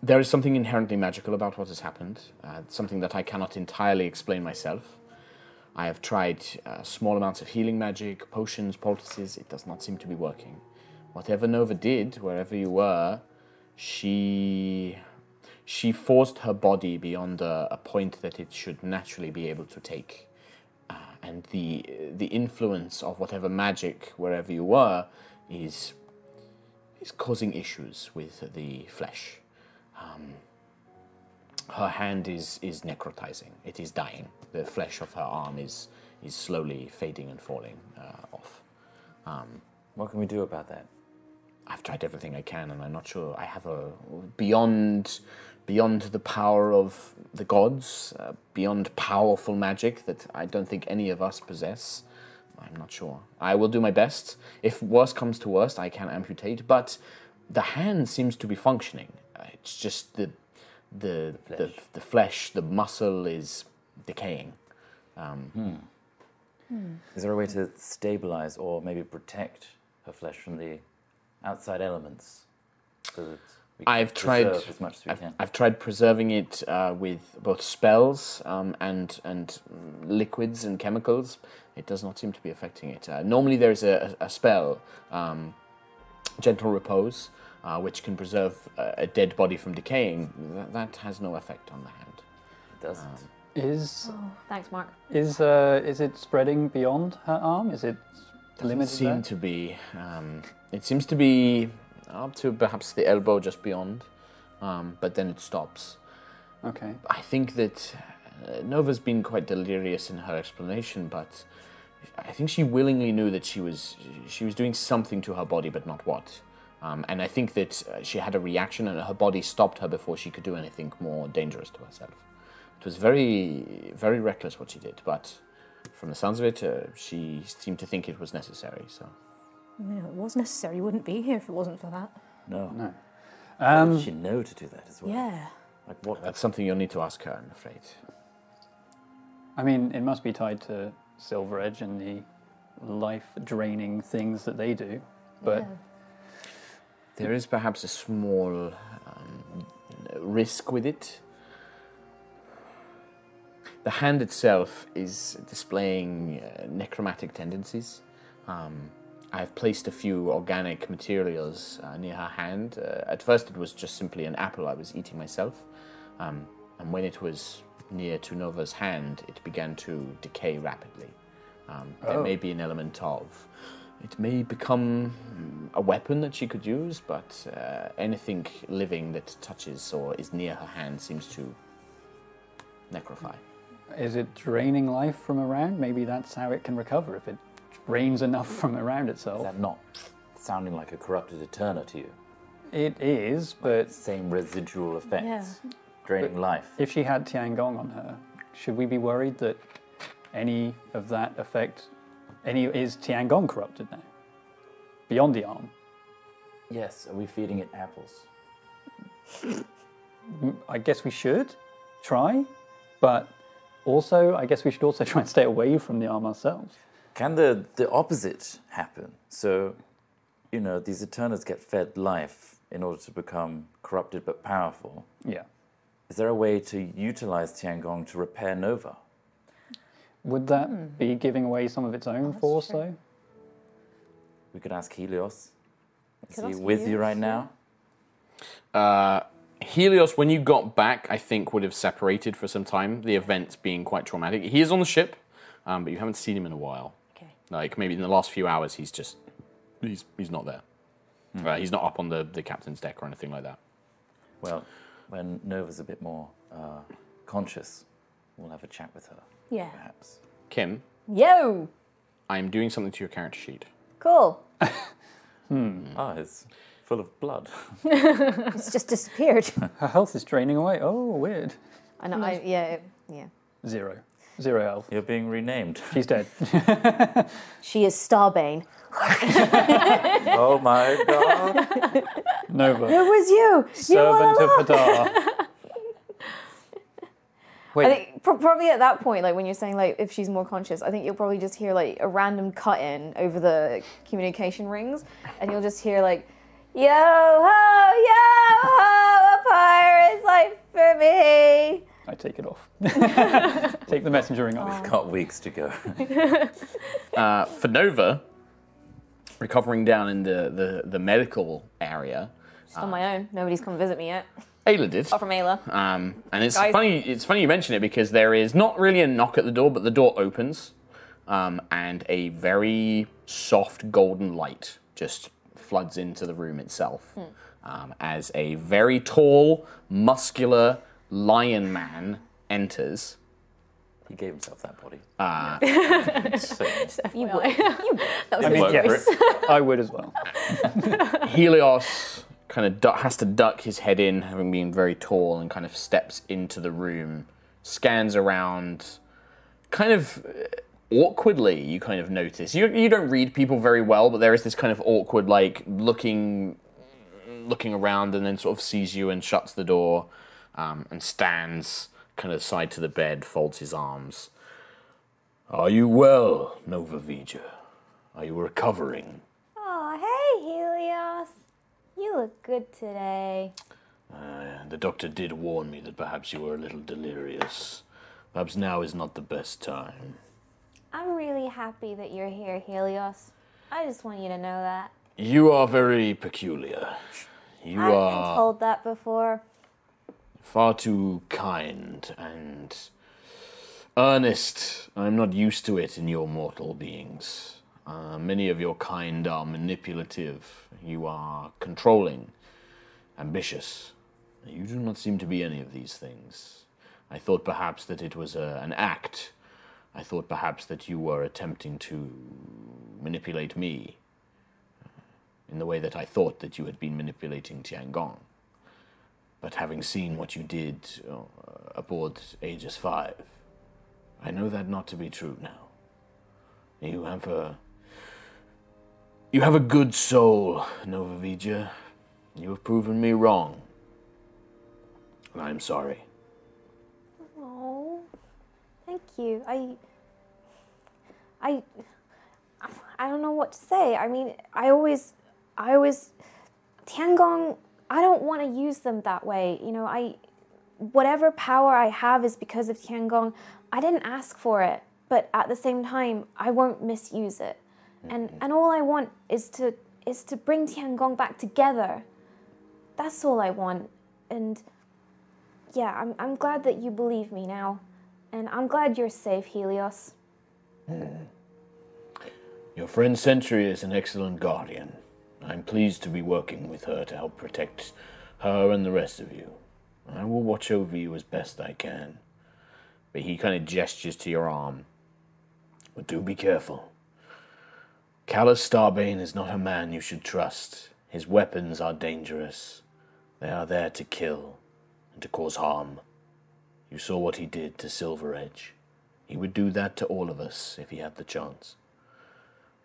[SPEAKER 3] there is something inherently magical about what has happened, uh, something that I cannot entirely explain myself. I have tried uh, small amounts of healing magic, potions, poultices. It does not seem to be working. Whatever Nova did, wherever you were, she she forced her body beyond a, a point that it should naturally be able to take, uh, and the the influence of whatever magic, wherever you were, is is causing issues with the flesh her hand is is necrotizing. It is dying. The flesh of her arm is is slowly fading and falling uh, off.
[SPEAKER 6] What can we do about that?
[SPEAKER 3] I've tried everything I can, and I'm not sure I have a beyond beyond the power of the gods, uh, beyond powerful magic that I don't think any of us possess. I'm not sure. I will do my best. If worse comes to worst, I can amputate, but the hand seems to be functioning. Uh, It's just the the the the, flesh, the muscle is decaying.
[SPEAKER 6] Is there a way to stabilize or maybe protect her flesh from the outside elements? So that we can
[SPEAKER 3] I've tried
[SPEAKER 6] preserve as much as we
[SPEAKER 3] I've,
[SPEAKER 6] can.
[SPEAKER 3] I've tried preserving it uh, with both spells um, and and mm, liquids and chemicals. It does not seem to be affecting it. Uh, normally, there is a, a a spell, um, gentle repose, uh, which can preserve uh, a, a dead body from decaying. That, that has no effect on the hand.
[SPEAKER 6] it doesn't.
[SPEAKER 1] Is
[SPEAKER 5] Thanks, Mark.
[SPEAKER 1] is uh, is it spreading beyond her arm? Is it
[SPEAKER 3] It
[SPEAKER 1] limited?
[SPEAKER 3] seem
[SPEAKER 1] there?
[SPEAKER 3] to be. Um, it seems to be up to perhaps the elbow, just beyond, um, but then it stops.
[SPEAKER 1] Okay.
[SPEAKER 3] I think that uh, Nova's been quite delirious in her explanation, but I think she willingly knew that she was she was doing something to her body, but not what. Um, and I think that uh, she had a reaction, and her body stopped her before she could do anything more dangerous to herself. It was very very reckless what she did, but from the sounds of it, uh, she seemed to think it was necessary. So
[SPEAKER 7] No, it was necessary. You wouldn't be here if it wasn't for that.
[SPEAKER 6] No.
[SPEAKER 1] No.
[SPEAKER 6] How did she know to do that as well?
[SPEAKER 7] Yeah.
[SPEAKER 6] Like what?
[SPEAKER 3] that's something you'll need to ask her, I'm afraid.
[SPEAKER 1] I mean, it must be tied to Silver Edge and the life-draining things that they do. But
[SPEAKER 3] There is perhaps a small um, risk with it. The hand itself is displaying uh, necromantic tendencies. Um, I've placed a few organic materials uh, near her hand. Uh, at first, it was just simply an apple I was eating myself. Um, and when it was near to Nova's hand, it began to decay rapidly. Um, There may be an element of. It may become mm, a weapon that she could use, but uh, anything living that touches or is near her hand seems to necrophile.
[SPEAKER 1] is it draining life from around? Maybe that's how it can recover if it drains enough from around
[SPEAKER 6] Is
[SPEAKER 1] itself.
[SPEAKER 6] that not sounding like a corrupted eterna to you?
[SPEAKER 1] It is, but
[SPEAKER 6] Same residual effects, draining
[SPEAKER 1] But-
[SPEAKER 6] life.
[SPEAKER 1] If she had Tiangong on her, should we be worried that any of that affect any is Tiangong corrupted now? Beyond the arm.
[SPEAKER 6] Yes. Are we feeding it apples?
[SPEAKER 1] I guess we should try, but also I guess we should also <laughs> try and stay away from the arm ourselves.
[SPEAKER 6] Can the the opposite happen? So, you know, these eternas get fed life in order to become corrupted but powerful.
[SPEAKER 1] Yeah.
[SPEAKER 6] Is there a way to utilize Tiangong to repair Nova?
[SPEAKER 1] Would that be giving away some of its own force though?
[SPEAKER 6] We could ask Helios. Is
[SPEAKER 8] Could
[SPEAKER 6] he
[SPEAKER 8] ask
[SPEAKER 6] with you
[SPEAKER 8] Helios,
[SPEAKER 6] right
[SPEAKER 8] yeah.
[SPEAKER 6] now?
[SPEAKER 3] Helios, when you got back, I think would have separated for some time. The events being quite traumatic. He is on the ship, um, but you haven't seen him in a while.
[SPEAKER 8] Okay.
[SPEAKER 3] Like maybe in the last few hours, he's just he's he's not there. Uh, he's not up on the, the captain's deck or anything like that.
[SPEAKER 6] Well, when Nova's a bit more uh, conscious, we'll have a chat with her,
[SPEAKER 7] Yeah.
[SPEAKER 6] perhaps.
[SPEAKER 3] Kim,
[SPEAKER 8] Yo,
[SPEAKER 3] I am doing something to your character sheet.
[SPEAKER 8] cool.
[SPEAKER 6] Ah, it's full of blood.
[SPEAKER 8] It's just
[SPEAKER 1] <laughs>
[SPEAKER 8] disappeared.
[SPEAKER 1] Her health is draining away. Oh, weird.
[SPEAKER 8] I know. I, yeah, it- yeah.
[SPEAKER 1] Zero. Zero health.
[SPEAKER 6] <laughs> You're being renamed.
[SPEAKER 1] She's <laughs> dead.
[SPEAKER 8] She is Starbane.
[SPEAKER 6] oh my god.
[SPEAKER 1] Nova.
[SPEAKER 8] It was you.
[SPEAKER 1] Servant of Hadar.
[SPEAKER 8] I think pro- probably at that point, like when you're saying like if she's more conscious, I think you'll probably just hear like a random cut in over the communication rings, and you'll just hear like, "Yo ho, yo ho, a pirate's life for me."
[SPEAKER 1] I take it off. take the messenger ring
[SPEAKER 6] <laughs>
[SPEAKER 1] off.
[SPEAKER 6] Got weeks to go. <laughs>
[SPEAKER 3] for Nova, recovering down in the, the, the medical area,
[SPEAKER 8] Just on my own. Nobody's come visit me yet.
[SPEAKER 3] Ayla did.
[SPEAKER 8] Apart Oh, from Ayla.
[SPEAKER 3] Um, and it's
[SPEAKER 8] Guys-
[SPEAKER 3] funny. It's funny you mention it because there is not really a knock at the door, but the door opens, um, and a very soft golden light just floods into the room itself
[SPEAKER 8] Hmm.
[SPEAKER 3] um, as a very tall, muscular lion man enters
[SPEAKER 6] He gave himself that body.
[SPEAKER 3] Ah.
[SPEAKER 8] <laughs>
[SPEAKER 6] So,
[SPEAKER 8] You would. You would.
[SPEAKER 1] I mean,
[SPEAKER 6] Work for
[SPEAKER 1] yes, I would as well.
[SPEAKER 3] Helios kind of duck, has to duck his head in, having been very tall, and kind of steps into the room, scans around, kind of uh, awkwardly. You kind of notice you you don't read people very well, but there is this kind of awkward like looking, looking around, and then sort of sees you and shuts the door, um, and stands kind of side to the bed, folds his arms. Are you well, Nova Vija? Are you recovering?
[SPEAKER 5] Oh, hey, Helios. You look good today.
[SPEAKER 3] Uh, the doctor did warn me that perhaps you were a little delirious. Perhaps now is not the best time.
[SPEAKER 5] I'm really happy that you're here, Helios. I just want you to know that.
[SPEAKER 3] You are very peculiar. You
[SPEAKER 5] I've been
[SPEAKER 3] are
[SPEAKER 5] told that before.
[SPEAKER 3] far too kind and earnest. I'm not used to it in your mortal beings. Uh, many of your kind are manipulative. You are controlling, ambitious. You do not seem to be any of these things. I thought perhaps that it was a, an act. I thought perhaps that you were attempting to manipulate me uh, in the way that I thought that you had been manipulating Tiangong. But having seen what you did uh, aboard Aegis Five, I know that not to be true now. You have a you have a good soul, Novavija. You have proven me wrong, and I am sorry.
[SPEAKER 5] Oh, thank you. I, I, I don't know what to say. I mean, I always, I always, Tiangong. I don't want to use them that way. You know, I, whatever power I have is because of Tiangong. I didn't ask for it, but at the same time, I won't misuse it. And and all I want is to is to bring Tiangong back together. That's all I want. And yeah, I'm, I'm glad that you believe me now. And I'm glad you're safe, Helios.
[SPEAKER 3] Your friend Sentry is an excellent guardian. I'm pleased to be working with her to help protect her and the rest of you. I will watch over you as best I can. But he kind of gestures to your arm. But do be careful. Callus Starbane is not a man you should trust. His weapons are dangerous. They are there to kill and to cause harm. You saw what he did to Silver Edge. He would do that to all of us if he had the chance.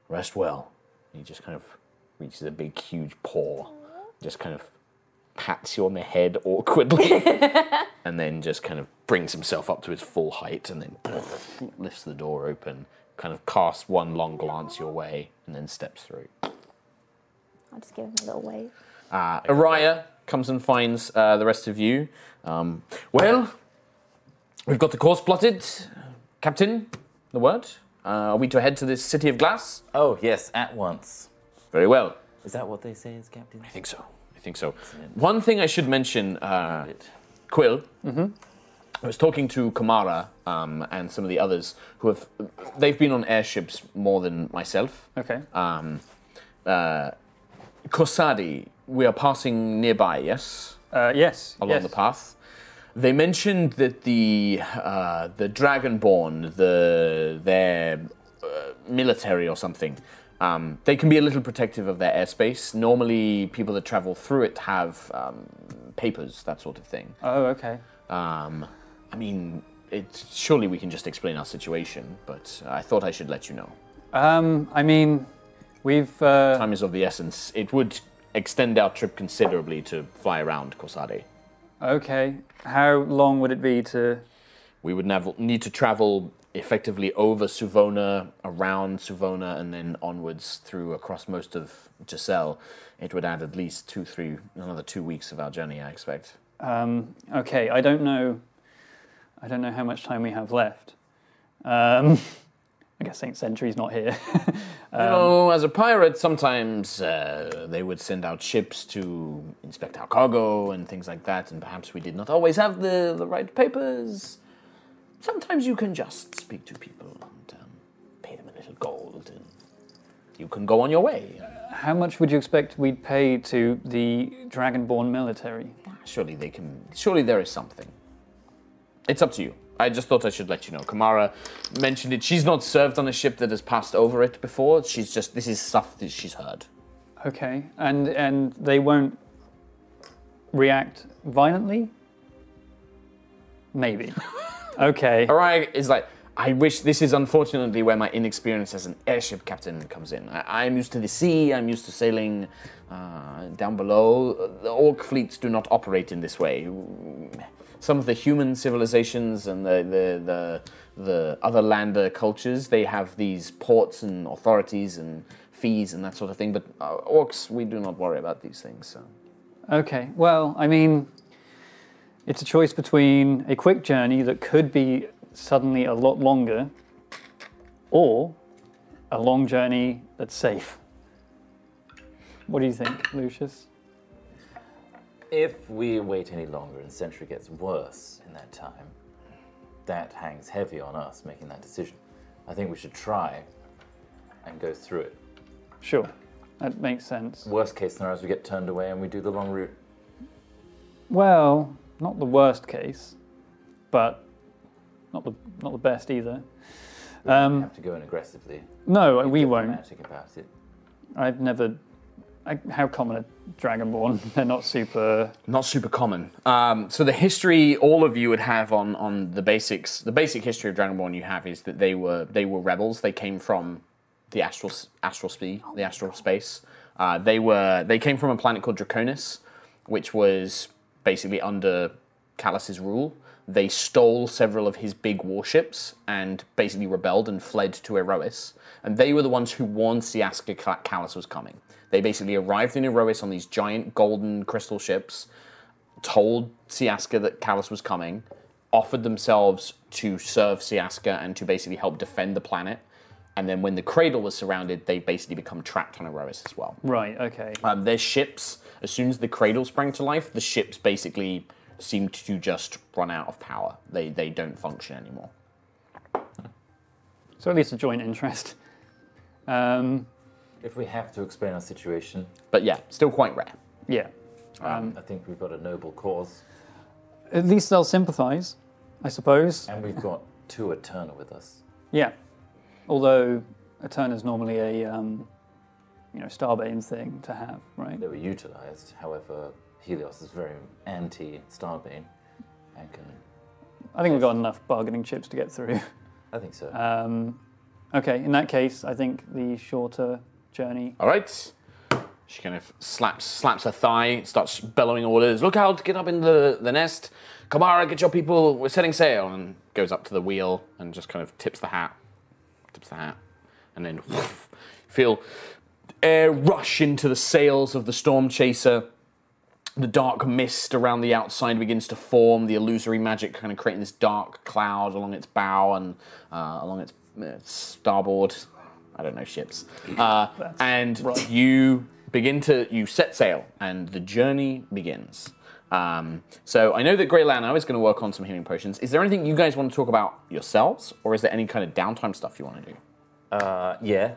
[SPEAKER 3] Rest well. He just kind of reaches a big, huge paw, just kind of pats you on the head <laughs> awkwardly, and then just kind of brings himself up to his full height, and then <laughs> lifts the door open, kind of casts one long glance your way, and then steps through.
[SPEAKER 5] I'll just give him a little wave.
[SPEAKER 3] Uh, Araya comes and finds uh, the rest of you. Um, well, we've got the course plotted. Captain, the word. Uh, are we to head to this city of glass?
[SPEAKER 6] oh yes, at once.
[SPEAKER 3] Very well.
[SPEAKER 6] Is that what they say is captain?
[SPEAKER 3] I think so. I think so. One thing I should mention, uh, Quill. I was talking to Kamara um, and some of the others who have. They've been on airships more than myself.
[SPEAKER 1] Okay.
[SPEAKER 3] Um, uh, Kosadi, we are passing nearby. Yes
[SPEAKER 1] Uh, yes.
[SPEAKER 3] along
[SPEAKER 1] yes.
[SPEAKER 3] the path. They mentioned that the uh, the Dragonborn, the their uh, military or something, um, they can be a little protective of their airspace. Normally, people that travel through it have um, papers, that sort of thing.
[SPEAKER 1] Oh, okay.
[SPEAKER 3] Um, I mean, it, surely we can just explain our situation, but I thought I should let you know.
[SPEAKER 1] Um, I mean, we've. Uh,
[SPEAKER 3] Time is of the essence. It would extend our trip considerably to fly around Corsade.
[SPEAKER 1] okay. How long would it be to?
[SPEAKER 3] we would nav- need to travel effectively over Suvona, around Suvona, and then onwards through across most of Giselle. It would add at least two, three, another two weeks of our journey, I expect.
[SPEAKER 1] Um, okay, I don't know. I don't know how much time we have left. Um, <laughs> I guess Saint Sentry's not here. <laughs>
[SPEAKER 3] you know, as a pirate, sometimes uh, they would send out ships to inspect our cargo and things like that, and perhaps we did not always have the, the right papers. Sometimes you can just speak to people and um, pay them a little gold, and you can go on your way.
[SPEAKER 1] how much would you expect we'd pay to the Dragonborn military?
[SPEAKER 3] Surely they can. Surely there is something. It's up to you. I just thought I should let you know. Kamara mentioned it. She's not served on a ship that has passed over it before. She's just this is stuff that she's heard.
[SPEAKER 1] Okay, and and they won't react violently. Maybe. Okay.
[SPEAKER 3] Araya is like, I wish this is unfortunately where my inexperience as an airship captain comes in. I, I'm used to the sea, I'm used to sailing uh, down below. The orc fleets do not operate in this way. Some of the human civilizations and the, the, the, the other lander cultures, they have these ports and authorities and fees and that sort of thing, but uh, orcs, we do not worry about these things. So.
[SPEAKER 1] Okay. Well, I mean, it's a choice between a quick journey that could be suddenly a lot longer, or a long journey that's safe. What do you think, Lucius?
[SPEAKER 6] If we wait any longer and Sentry gets worse in that time, that hangs heavy on us making that decision. I think we should try and go through it.
[SPEAKER 1] Sure, that makes sense.
[SPEAKER 6] Worst case scenario is we get turned away and we do the long route.
[SPEAKER 1] Well, not the worst case, but not the not the best either.
[SPEAKER 6] We
[SPEAKER 1] Um,
[SPEAKER 6] have to go in aggressively.
[SPEAKER 1] no, we won't.
[SPEAKER 6] Diplomatic about it.
[SPEAKER 1] I've never. I, how common are Dragonborn? <laughs> They're not super.
[SPEAKER 3] not super common. Um, so the history all of you would have on on the basics, the basic history of Dragonborn you have is that they were they were rebels. They came from the astral s- astral spe, the astral space. Uh, they were they came from a planet called Draconis, which was basically under Callus's rule. They stole several of his big warships and basically rebelled and fled to Erois. And they were the ones who warned Siaska Cal- Callus was coming. They basically arrived in Erois on these giant golden crystal ships told Siaska that Callus was coming, offered themselves to serve Siaska and to basically help defend the planet. And then when the cradle was surrounded, they basically become trapped on Erois as well.
[SPEAKER 1] Right. Okay.
[SPEAKER 3] Um, their ships, as soon as the cradle sprang to life, the ships basically seemed to just run out of power. They they don't function anymore.
[SPEAKER 1] So at least a joint interest. Um,
[SPEAKER 6] If we have to explain our situation,
[SPEAKER 3] But yeah, still quite rare.
[SPEAKER 1] yeah. Um,
[SPEAKER 6] I think we've got a noble cause,
[SPEAKER 1] At least they'll sympathise, I suppose.
[SPEAKER 6] and we've got Tua Turner with us.
[SPEAKER 1] Yeah. Although a turn is normally a um, you know starbane thing to have, right?
[SPEAKER 6] They were utilized, however, Helios is very anti Starbane and can.
[SPEAKER 1] I think we've got enough bargaining chips to get through.
[SPEAKER 6] I think so.
[SPEAKER 1] Um, okay. In that case, I think the shorter journey.
[SPEAKER 3] All right. She kind of slaps slaps her thigh, starts bellowing orders. Look out! Get up in the, the nest. Kamara, get your people. We're setting sail. And goes up to the wheel and just kind of tips the hat, tips the hat, and then woof, feel air rush into the sails of the storm chaser. The dark mist around the outside begins to form. The illusory magic kind of creating this dark cloud along its bow and uh, along its uh, starboard. I don't know ships. Uh, and you begin to you set sail, and the journey begins. Um, so I know that Grey Lano is going to work on some healing potions. Is there anything you guys want to talk about yourselves, or is there any kind of downtime stuff you want to do?
[SPEAKER 6] Uh, yeah.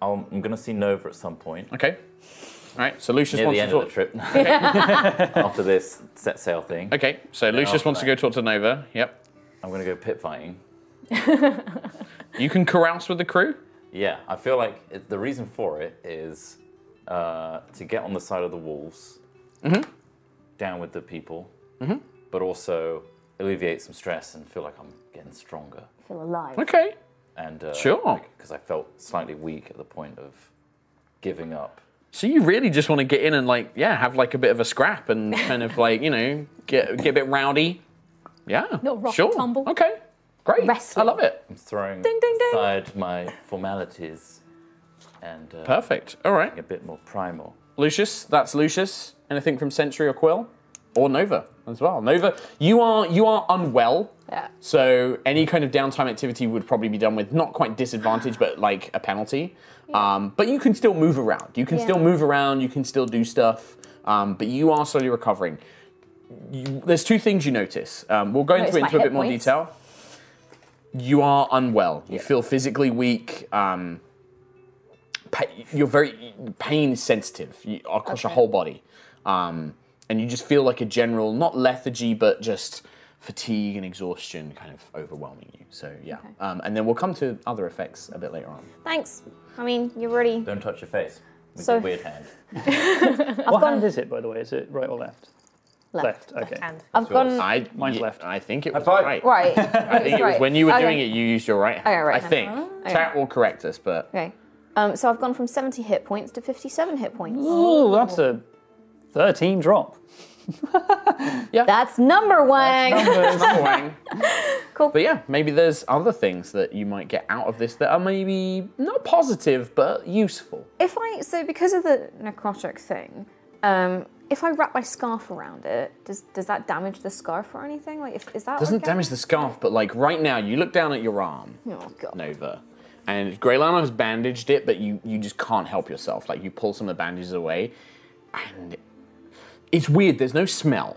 [SPEAKER 6] I'll, I'm going to see Nova at some point.
[SPEAKER 3] Okay. All right. So Lucius
[SPEAKER 6] Near
[SPEAKER 3] wants
[SPEAKER 6] the
[SPEAKER 3] to
[SPEAKER 6] end of
[SPEAKER 3] talk.
[SPEAKER 6] the trip. <laughs> After this set sail thing,
[SPEAKER 3] Okay. So Lucius
[SPEAKER 6] after
[SPEAKER 3] wants to go
[SPEAKER 6] that.
[SPEAKER 3] talk to Nova. Yep.
[SPEAKER 6] I'm going to go pit fighting.
[SPEAKER 3] You can carouse with the crew.
[SPEAKER 6] Yeah, I feel like it, the reason for it is uh, to get on the side of the wolves, down with the people, but also alleviate some stress and feel like I'm getting stronger.
[SPEAKER 8] Feel alive.
[SPEAKER 3] Okay.
[SPEAKER 6] And uh,
[SPEAKER 3] Sure.
[SPEAKER 6] because I felt slightly weak at the point of giving up.
[SPEAKER 3] So you really just want to get in and like, yeah, have like a bit of a scrap and kind of like, you know, get get a bit rowdy. Yeah.
[SPEAKER 7] Little rock and
[SPEAKER 3] sure.
[SPEAKER 7] tumble.
[SPEAKER 3] Okay. Great.
[SPEAKER 8] Wrestling.
[SPEAKER 3] I love it.
[SPEAKER 6] I'm throwing
[SPEAKER 8] ding, ding.
[SPEAKER 6] aside my formalities and uh,
[SPEAKER 3] Perfect. All right.
[SPEAKER 6] a bit more primal.
[SPEAKER 3] Lucius, that's Lucius. Anything from Sentry or Quill? Or Nova as well. Nova, you are you are unwell.
[SPEAKER 8] Yeah.
[SPEAKER 3] So any kind of downtime activity would probably be done with not quite disadvantage, but like a penalty. Um, but you can still move around. You can still move around. You can still do stuff. Um, but you are slowly recovering. You, there's two things you notice. Um, we'll go into it
[SPEAKER 8] Oh, my
[SPEAKER 3] into a
[SPEAKER 8] hit
[SPEAKER 3] bit more
[SPEAKER 8] points.
[SPEAKER 3] detail. You are unwell. You feel physically weak. Um, pa- you're very pain sensitive you, across your whole body, um, and you just feel like a general not lethargy, but just fatigue and exhaustion kind of overwhelming you. So yeah, um, and then we'll come to other effects a bit later on.
[SPEAKER 5] Thanks. I mean, you already.
[SPEAKER 6] Don't touch your face with
[SPEAKER 5] So-
[SPEAKER 6] your weird hand.
[SPEAKER 1] What hand is it, by the way? Is it right or left? Left. okay.
[SPEAKER 8] I've gone.
[SPEAKER 3] I
[SPEAKER 1] Mine's left.
[SPEAKER 3] I think it was
[SPEAKER 6] five.
[SPEAKER 3] right. <laughs>
[SPEAKER 8] Right.
[SPEAKER 3] I think it was when you were doing it, you used your right hand.
[SPEAKER 8] Okay, right Oh.
[SPEAKER 3] I think chat will correct us, but
[SPEAKER 8] Okay.
[SPEAKER 5] Um, so I've gone from 70 hit points to 57 hit points.
[SPEAKER 1] Ooh, that's a 13 drop.
[SPEAKER 8] That's number
[SPEAKER 3] <laughs>
[SPEAKER 8] one.
[SPEAKER 3] Wang. But yeah, maybe there's other things that you might get out of this that are maybe not positive but useful.
[SPEAKER 8] If I so because of the necrotic thing, um, if I wrap my scarf around it, does does that damage the scarf or anything? Like, if, is
[SPEAKER 5] Oh,
[SPEAKER 8] that
[SPEAKER 3] Doesn't
[SPEAKER 8] okay?
[SPEAKER 3] damage the scarf, but like right now, you look down at your arm,
[SPEAKER 8] Oh god.
[SPEAKER 3] Nova, and Greylana has bandaged it, but you you just can't help yourself. Like you pull some of the bandages away, and it's weird. There's no smell.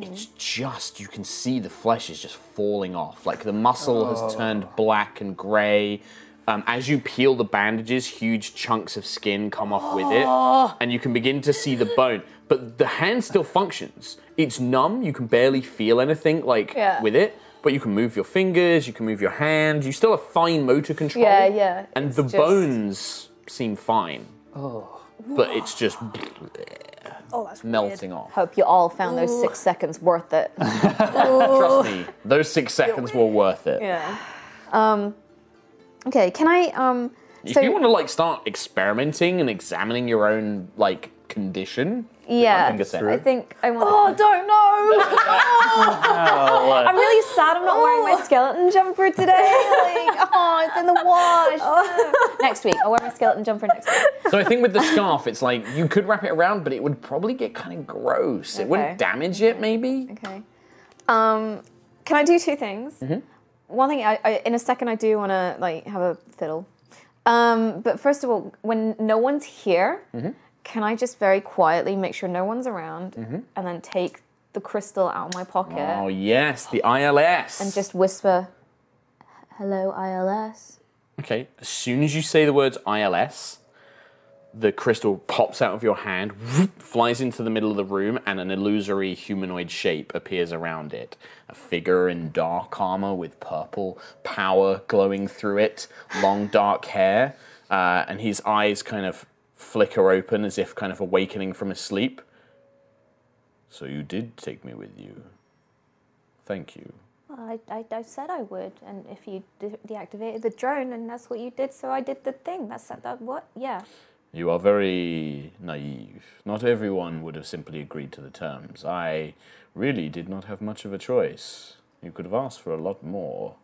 [SPEAKER 3] It's
[SPEAKER 8] Mm-hmm.
[SPEAKER 3] just you can see the flesh is just falling off. Like the muscle has
[SPEAKER 8] Oh.
[SPEAKER 3] turned black and grey. Um, as you peel the bandages, huge chunks of skin come off with
[SPEAKER 8] <gasps>
[SPEAKER 3] it, and you can begin to see the bone. But the hand still functions. It's numb. You can barely feel anything like
[SPEAKER 8] Yeah.
[SPEAKER 3] with it, but you can move your fingers. You can move your hand. You still have fine motor control.
[SPEAKER 8] Yeah, yeah,
[SPEAKER 3] And
[SPEAKER 8] it's
[SPEAKER 3] the
[SPEAKER 8] just-
[SPEAKER 3] bones seem fine. Oh. But it's just
[SPEAKER 8] Oh,
[SPEAKER 3] melting off.
[SPEAKER 8] Hope you all found those six seconds worth it.
[SPEAKER 3] Trust me, those six seconds were worth it.
[SPEAKER 8] Oh. yeah. Um. Okay. Can I um?
[SPEAKER 3] If
[SPEAKER 8] So
[SPEAKER 3] you want to like start experimenting and examining your own like condition,
[SPEAKER 8] yeah.
[SPEAKER 6] think it's
[SPEAKER 8] I
[SPEAKER 6] through.
[SPEAKER 8] think I want. Oh, don't
[SPEAKER 3] <laughs>
[SPEAKER 8] know.
[SPEAKER 5] I'm really sad I'm not wearing
[SPEAKER 8] Oh.
[SPEAKER 5] my skeleton jumper today. Like, oh, it's in the
[SPEAKER 8] <laughs>
[SPEAKER 5] wash.
[SPEAKER 8] next week, I'll wear my skeleton jumper next week.
[SPEAKER 3] so I think
[SPEAKER 8] <laughs>
[SPEAKER 3] with the scarf, it's like you could wrap it around, but it would probably get kind of gross. It
[SPEAKER 8] Okay.
[SPEAKER 3] wouldn't damage it, maybe.
[SPEAKER 8] Okay. Um, can I do two things?
[SPEAKER 3] Mm-hmm.
[SPEAKER 8] One thing, I, I, in a second, I do want to like have a fiddle. Um, but first of all, when no one's here,
[SPEAKER 3] Mm-hmm.
[SPEAKER 8] can I just very quietly make sure no one's around, and then take the crystal out of my pocket
[SPEAKER 3] Mm-hmm. Oh yes, the ILS.
[SPEAKER 8] and just whisper, "Hello, ILS."
[SPEAKER 3] okay. As soon as you say the words ILS, the crystal pops out of your hand, flies into the middle of the room, and an illusory humanoid shape appears around it. A figure in dark armor with purple power glowing through it, long dark hair, uh, and his eyes kind of flicker open as if kind of awakening from his sleep. So you did take me with you. Thank you.
[SPEAKER 5] I, I, I said I would, and if you de- deactivated the drone, and that's what you did, so I did the thing. That's that. What? Yeah.
[SPEAKER 3] You are very naive. Not everyone would have simply agreed to the terms. I really did not have much of a choice. You could have asked for a lot more.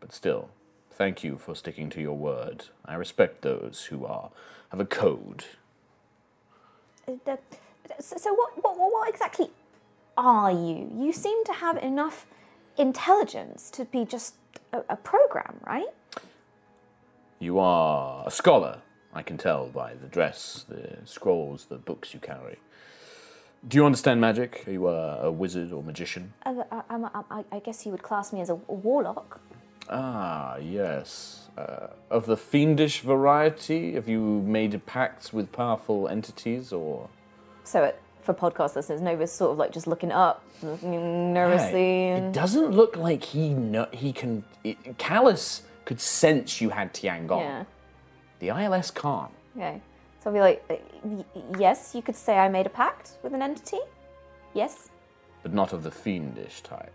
[SPEAKER 3] But still, thank you for sticking to your word. I respect those who are have a code.
[SPEAKER 5] Uh, the- So, so what, what? What? What exactly are you? You seem to have enough intelligence to be just a, a program, right?
[SPEAKER 3] You are a scholar, I can tell by the dress, the scrolls, the books you carry. Do you understand magic? Are you a, a wizard or magician?
[SPEAKER 5] Uh, I, I'm a- I, I guess you would class me as a, warlock.
[SPEAKER 3] Ah, yes. Uh, of the fiendish variety, have you made pacts with powerful entities or.
[SPEAKER 8] So
[SPEAKER 5] uh,
[SPEAKER 8] it, for podcast listeners, Nova's sort of like just looking up, looking nervously,
[SPEAKER 3] it
[SPEAKER 8] and
[SPEAKER 3] doesn't look like he no, he can. It, Callus could sense you had Tiang on.
[SPEAKER 8] yeah.
[SPEAKER 3] The ILS can't.
[SPEAKER 8] Okay. So I'll be like,
[SPEAKER 5] Uh, y- yes, you could say I made a pact with an entity. Yes.
[SPEAKER 3] But not of the fiendish type.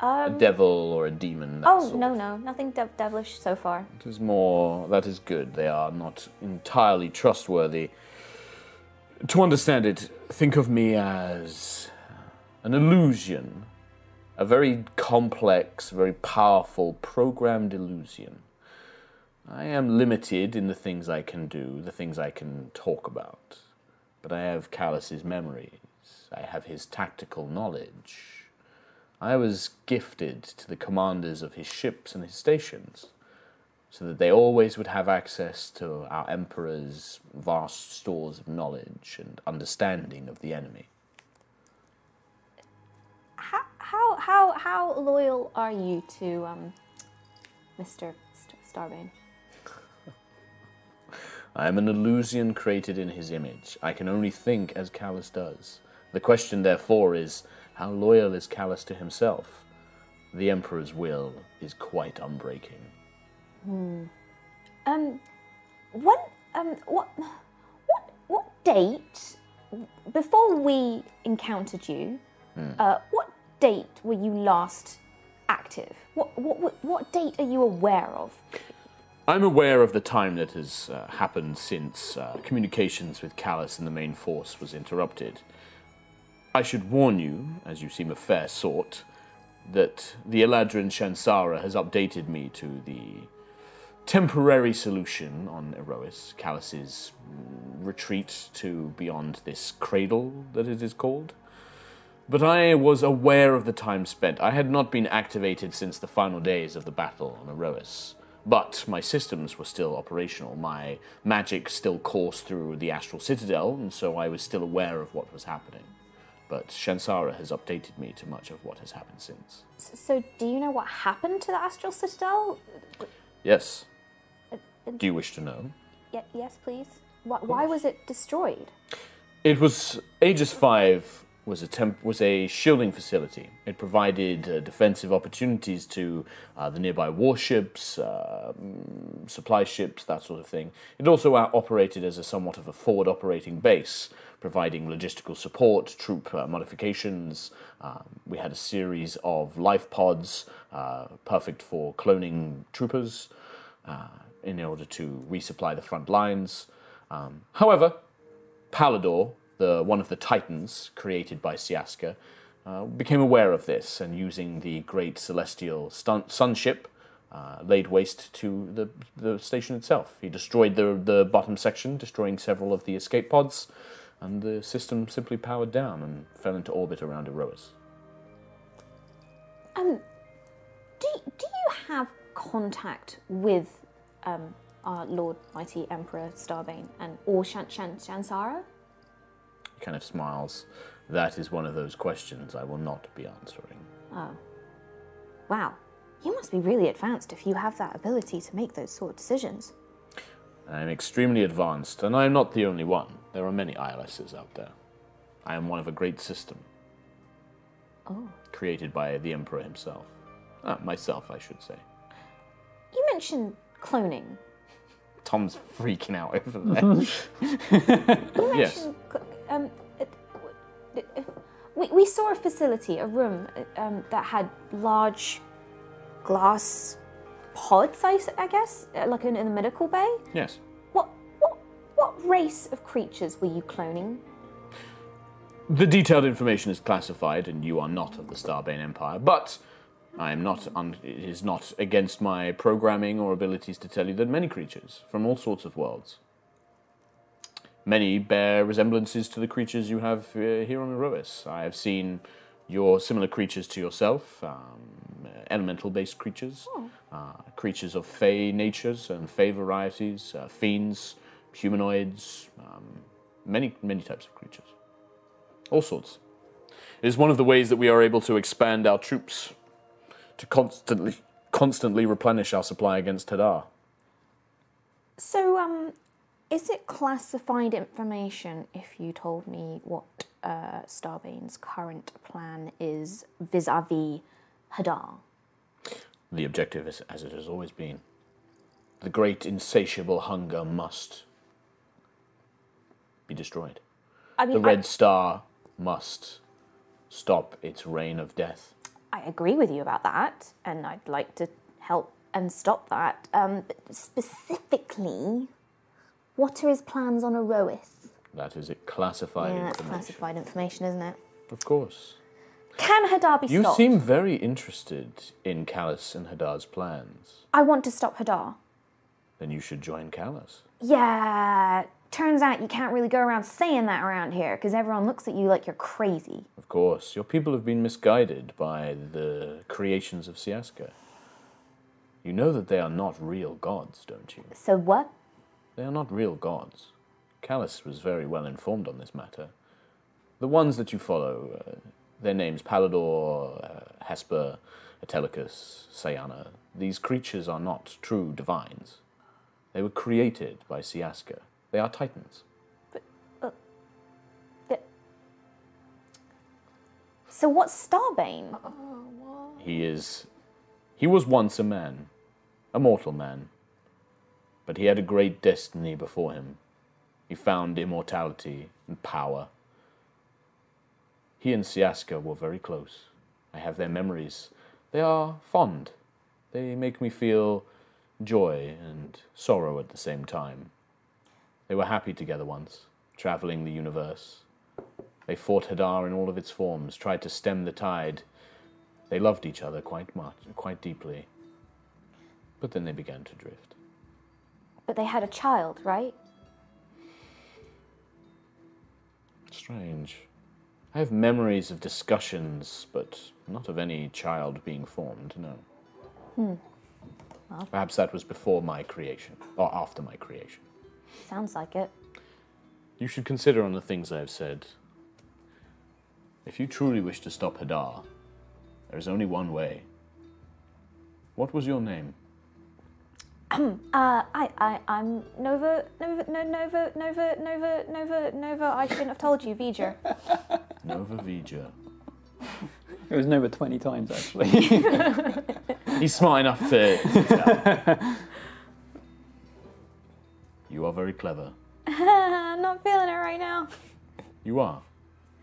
[SPEAKER 5] Um,
[SPEAKER 3] a devil or a demon. That
[SPEAKER 5] Oh
[SPEAKER 3] sort.
[SPEAKER 5] no, no, nothing dev- devilish so far.
[SPEAKER 3] It is more. That is good. They are not entirely trustworthy. To understand it, think of me as an illusion. A very complex, very powerful, programmed illusion. I am limited in the things I can do, the things I can talk about. But I have Callus's memories, I have his tactical knowledge. I was gifted to the commanders of his ships and his stations so that they always would have access to our Emperor's vast stores of knowledge and understanding of the enemy.
[SPEAKER 5] How how how how loyal are you to um, Mr. St- Starbane?
[SPEAKER 3] I am an illusion created in his image. I can only think as Callus does. The question, therefore, is How loyal is Callus to himself? The Emperor's will is quite unbreaking.
[SPEAKER 5] Um, when um, what, what, what date before we encountered you? Uh, what date were you last active? What, what, what, what date are you aware of?
[SPEAKER 3] I'm aware of the time that has uh, happened since uh, communications with Callus and the main force was interrupted. I should warn you, as you seem a fair sort, that the Eladrin Shansara has updated me to the temporary solution on Erois, Callus's mm, retreat to beyond this cradle that it is called. But I was aware of the time spent. I had not been activated since the final days of the battle on Erois. But my systems were still operational. My magic still coursed through the Astral Citadel, and so I was still aware of what was happening. But Shansara has updated me to much of what has happened since.
[SPEAKER 5] So, do you know what happened to the Astral Citadel?
[SPEAKER 3] Yes. Do you wish to know?
[SPEAKER 5] Ye- yes, please. Why, why was it destroyed?
[SPEAKER 3] It was Aegis Five was a temp, was a shielding facility. It provided uh, defensive opportunities to uh, the nearby warships, uh, mm, supply ships, that sort of thing. It also out- operated as a somewhat of a forward operating base, providing logistical support, troop uh, modifications. Um, we had a series of life pods, uh, perfect for cloning troopers, uh, in order to resupply the front lines. Um, however, Palador, the one of the Titans created by Siaska, uh, became aware of this and using the great celestial stun- sunship, uh, laid waste to the, the station itself. He destroyed the, the bottom section, destroying several of the escape pods, and the system simply powered down and fell into orbit around Erois.
[SPEAKER 5] Um, do, do you have contact with um, our Lord Mighty Emperor Starbane and or Shan, Shan, Shansara?
[SPEAKER 3] He kind of smiles. That is one of those questions I will not be answering.
[SPEAKER 5] Oh. Wow, you must be really advanced if you have that ability to make those sort of decisions.
[SPEAKER 3] I am extremely advanced, and I am not the only one. There are many ILSs out there. I am one of a great system. Created by the Emperor himself. Ah, myself, I should say.
[SPEAKER 5] You mentioned cloning.
[SPEAKER 3] Tom's freaking out over there. yes.
[SPEAKER 5] Mentioned cl- Um, it- w- it- uh, we, we saw a facility, a room uh, um, that had large glass pods, I, s- I guess, uh, like in, in the medical bay.
[SPEAKER 3] Yes.
[SPEAKER 5] What, what, what race of creatures were you cloning?
[SPEAKER 3] The detailed information is classified, and you are not of the Starbane Empire, but I am not un- it is not against my programming or abilities to tell you that many creatures from all sorts of worlds. Many bear resemblances to the creatures you have uh, here on Erois. I have seen your similar creatures to yourself, um, elemental based creatures, uh, creatures of fey natures and fey varieties, uh, fiends, humanoids, um, many, many types of creatures all sorts. It is one of the ways that we are able to expand our troops to constantly constantly replenish our supply against Tadar.
[SPEAKER 5] So, um, is it classified information if you told me what uh, Starbane's current plan is vis a vis Hadar?
[SPEAKER 3] The objective is as it has always been. The great insatiable hunger must be destroyed.
[SPEAKER 5] I mean,
[SPEAKER 3] The Red Star must stop its reign of death.
[SPEAKER 5] I, I agree with you about that, and I'd like to help and stop that. Um, but specifically, what are his plans on Erois?
[SPEAKER 3] That is it classified
[SPEAKER 5] Yeah, that's
[SPEAKER 3] information.
[SPEAKER 5] classified information, isn't it?
[SPEAKER 3] Of course.
[SPEAKER 5] Can Hadar be
[SPEAKER 3] You
[SPEAKER 5] stopped?
[SPEAKER 3] seem very interested in Callus and Hadar's plans.
[SPEAKER 5] I want to stop Hadar.
[SPEAKER 3] Then you should join Callus.
[SPEAKER 5] Yeah, turns out you can't really go around saying that around here because everyone looks at you like you're crazy.
[SPEAKER 3] Of course, your people have been misguided by the creations of Siaska. You know that they are not real gods, don't you?
[SPEAKER 5] So what?
[SPEAKER 3] They are not real gods. Callus was very well informed on this matter. The ones that you follow, uh, their names Palador, uh, Hesper, Atelicus, Sayana, these creatures are not true divines. They were created by Siaska. They are titans.
[SPEAKER 5] Th- So what's Starbane?
[SPEAKER 3] He is. He was once a man, a mortal man. But he had a great destiny before him. He found immortality and power. He and Siaska were very close. I have their memories. They are fond. They make me feel joy and sorrow at the same time. They were happy together once, traveling the universe. They fought Hadar in all of its forms, tried to stem the tide. They loved each other quite much, quite deeply. But then they began to drift.
[SPEAKER 5] But they had a child, right?
[SPEAKER 3] Strange. I have memories of discussions, but not of any child being formed, no. Perhaps that was before my creation, or after my creation.
[SPEAKER 5] Sounds like it.
[SPEAKER 3] You should consider on the things I have said. If you truly wish to stop Hadar, there is only one way. What was your name?
[SPEAKER 5] Uh, I, I, I'm Nova, Nova, no, Nova, Nova, Nova, Nova, Nova. I shouldn't have told you, Vija. <laughs>
[SPEAKER 3] Nova Vija.
[SPEAKER 1] It was Nova 20 times, actually. <laughs>
[SPEAKER 3] He's smart enough to. to tell. <laughs> you are very clever.
[SPEAKER 5] I'm not feeling it right now.
[SPEAKER 3] You are.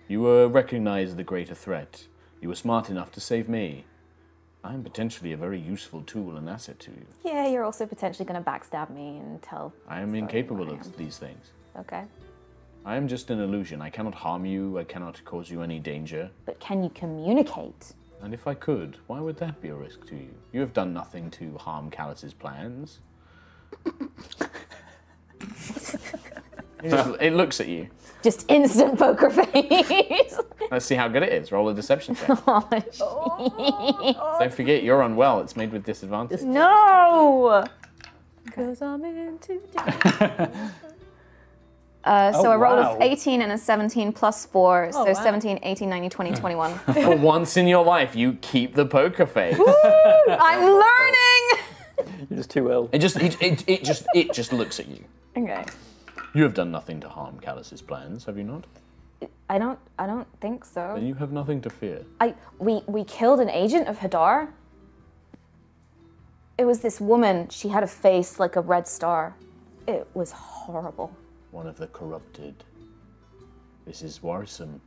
[SPEAKER 3] You uh, recognize the greater threat. You were smart enough to save me. I am potentially a very useful tool and asset to you.
[SPEAKER 8] Yeah, you're also potentially going to backstab me and tell.
[SPEAKER 3] I am incapable of these things.
[SPEAKER 8] Okay.
[SPEAKER 3] I am just an illusion. I cannot harm you. I cannot cause you any danger.
[SPEAKER 5] But can you communicate?
[SPEAKER 3] And if I could, why would that be a risk to you? You have done nothing to harm Callus's <laughs> plans. it, just- it looks at you.
[SPEAKER 8] Just instant <laughs> poker face.
[SPEAKER 3] Let's see how good it is. Roll a deception check. Don't forget, you're unwell. It's made with disadvantage.
[SPEAKER 8] no. Uh, so
[SPEAKER 1] Oh,
[SPEAKER 8] I rolled
[SPEAKER 1] wow.
[SPEAKER 8] a 18 and a 17 plus 4, so
[SPEAKER 7] wow.
[SPEAKER 8] 17, 18, 19, 20, 21.
[SPEAKER 3] For once in your life, you keep the poker face.
[SPEAKER 8] I'm learning!
[SPEAKER 1] You're just too ill.
[SPEAKER 3] It just, it, it, it just, it just looks at you.
[SPEAKER 8] Okay.
[SPEAKER 3] You have done nothing to harm Callus's plans, have you not?
[SPEAKER 8] I don't, I don't think so.
[SPEAKER 3] Then you have nothing to fear.
[SPEAKER 8] I, we, we killed an agent of Hadar. It was this woman. She had a face like a red star. It was horrible.
[SPEAKER 3] one of the corrupted. This is worrisome.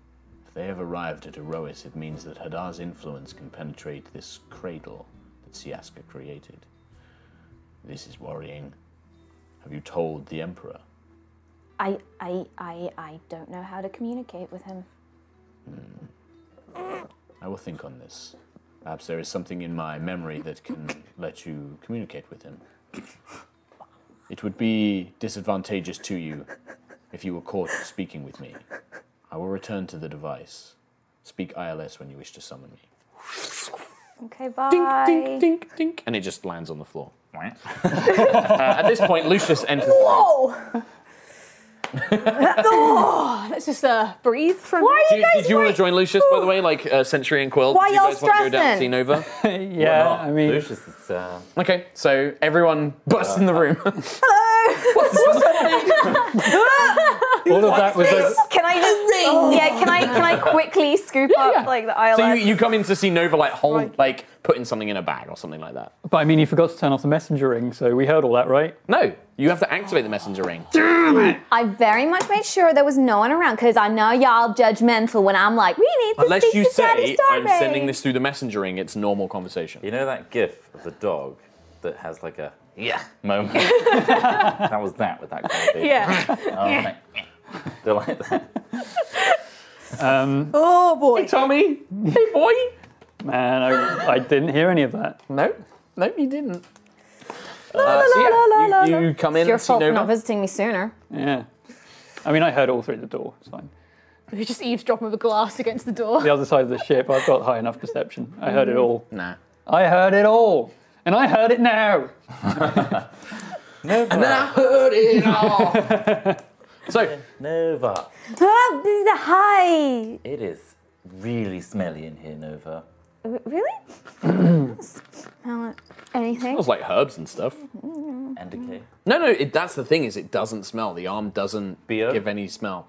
[SPEAKER 3] If they have arrived at Erois, it means that Hadar's influence can penetrate this cradle that Siaska created. This is worrying. Have you told the Emperor?
[SPEAKER 8] I, I, I, I don't know how to communicate with him.
[SPEAKER 3] I will think on this. Perhaps there is something in my memory that
[SPEAKER 8] <coughs>
[SPEAKER 3] can let you communicate with him. It would be disadvantageous to you if you were caught speaking with me. I will return to the device. Speak ILS when you wish to summon me.
[SPEAKER 5] Okay, bye.
[SPEAKER 3] Dink, dink, dink. And it just lands on the floor. Uh, at this point, Lucius enters.
[SPEAKER 7] Let's just uh, breathe for a
[SPEAKER 8] Why
[SPEAKER 7] minute.
[SPEAKER 8] are you guys
[SPEAKER 3] did you want to join Lucius, by the way, like uh, Century and Quill?
[SPEAKER 8] Why
[SPEAKER 3] do you
[SPEAKER 8] y'all
[SPEAKER 3] guys want to go down and
[SPEAKER 8] stressing?
[SPEAKER 3] see Nova?
[SPEAKER 1] yeah, I mean,
[SPEAKER 6] Lucius is. Uh,
[SPEAKER 3] Okay, so everyone busts in the room.
[SPEAKER 8] <laughs>
[SPEAKER 1] <laughs> all of that was. Just,
[SPEAKER 8] Can I just Yeah, can I can I quickly scoop up like the ILS?
[SPEAKER 3] so you, you come in to see Nova, like hold, like putting something in a bag or something like that.
[SPEAKER 1] but I mean, you forgot to turn off the messenger ring, so we heard all that, right?
[SPEAKER 3] No, you have to activate the messenger ring.
[SPEAKER 8] I very much made sure there was no one around because I know y'all judgmental when I'm like, we need to
[SPEAKER 3] Unless
[SPEAKER 8] speak
[SPEAKER 3] you
[SPEAKER 8] to Daddy
[SPEAKER 3] say I'm
[SPEAKER 8] Starbase."
[SPEAKER 3] sending this through the messenger ring, it's normal conversation.
[SPEAKER 6] you know that gif of the dog that has like a yeah moment? that was that with that guy. <laughs>
[SPEAKER 7] Yeah.
[SPEAKER 6] They're Oh, like <laughs> that.
[SPEAKER 1] Um,
[SPEAKER 7] Oh boy.
[SPEAKER 3] Tommy, hey boy.
[SPEAKER 1] man, I, I didn't hear any of that.
[SPEAKER 3] No, no, you didn't. Uh, so yeah, you- you, come in
[SPEAKER 8] It's your
[SPEAKER 3] and see
[SPEAKER 8] fault for
[SPEAKER 3] Nova.
[SPEAKER 8] not visiting me sooner.
[SPEAKER 1] Yeah. I mean, I heard all through the door. It's fine.
[SPEAKER 7] We're just eavesdropping with a glass against the door.
[SPEAKER 1] The other side of the ship, I've got high enough perception. I heard it all.
[SPEAKER 3] Nah.
[SPEAKER 1] I heard it all. And I heard
[SPEAKER 3] <laughs>
[SPEAKER 1] it now.
[SPEAKER 3] And then I heard <laughs> it all. so,
[SPEAKER 6] Nova.
[SPEAKER 5] Ah, this is a
[SPEAKER 8] <clears throat>
[SPEAKER 5] Hi.
[SPEAKER 6] It is really smelly in here, Nova.
[SPEAKER 5] R- Really?
[SPEAKER 3] <clears throat>
[SPEAKER 5] Smell it.
[SPEAKER 3] it
[SPEAKER 5] Anything?
[SPEAKER 3] was like herbs and stuff.
[SPEAKER 6] And decay.
[SPEAKER 3] No, no, it, that's the thing is it doesn't smell. The arm doesn't
[SPEAKER 6] Beer?
[SPEAKER 3] give any smell.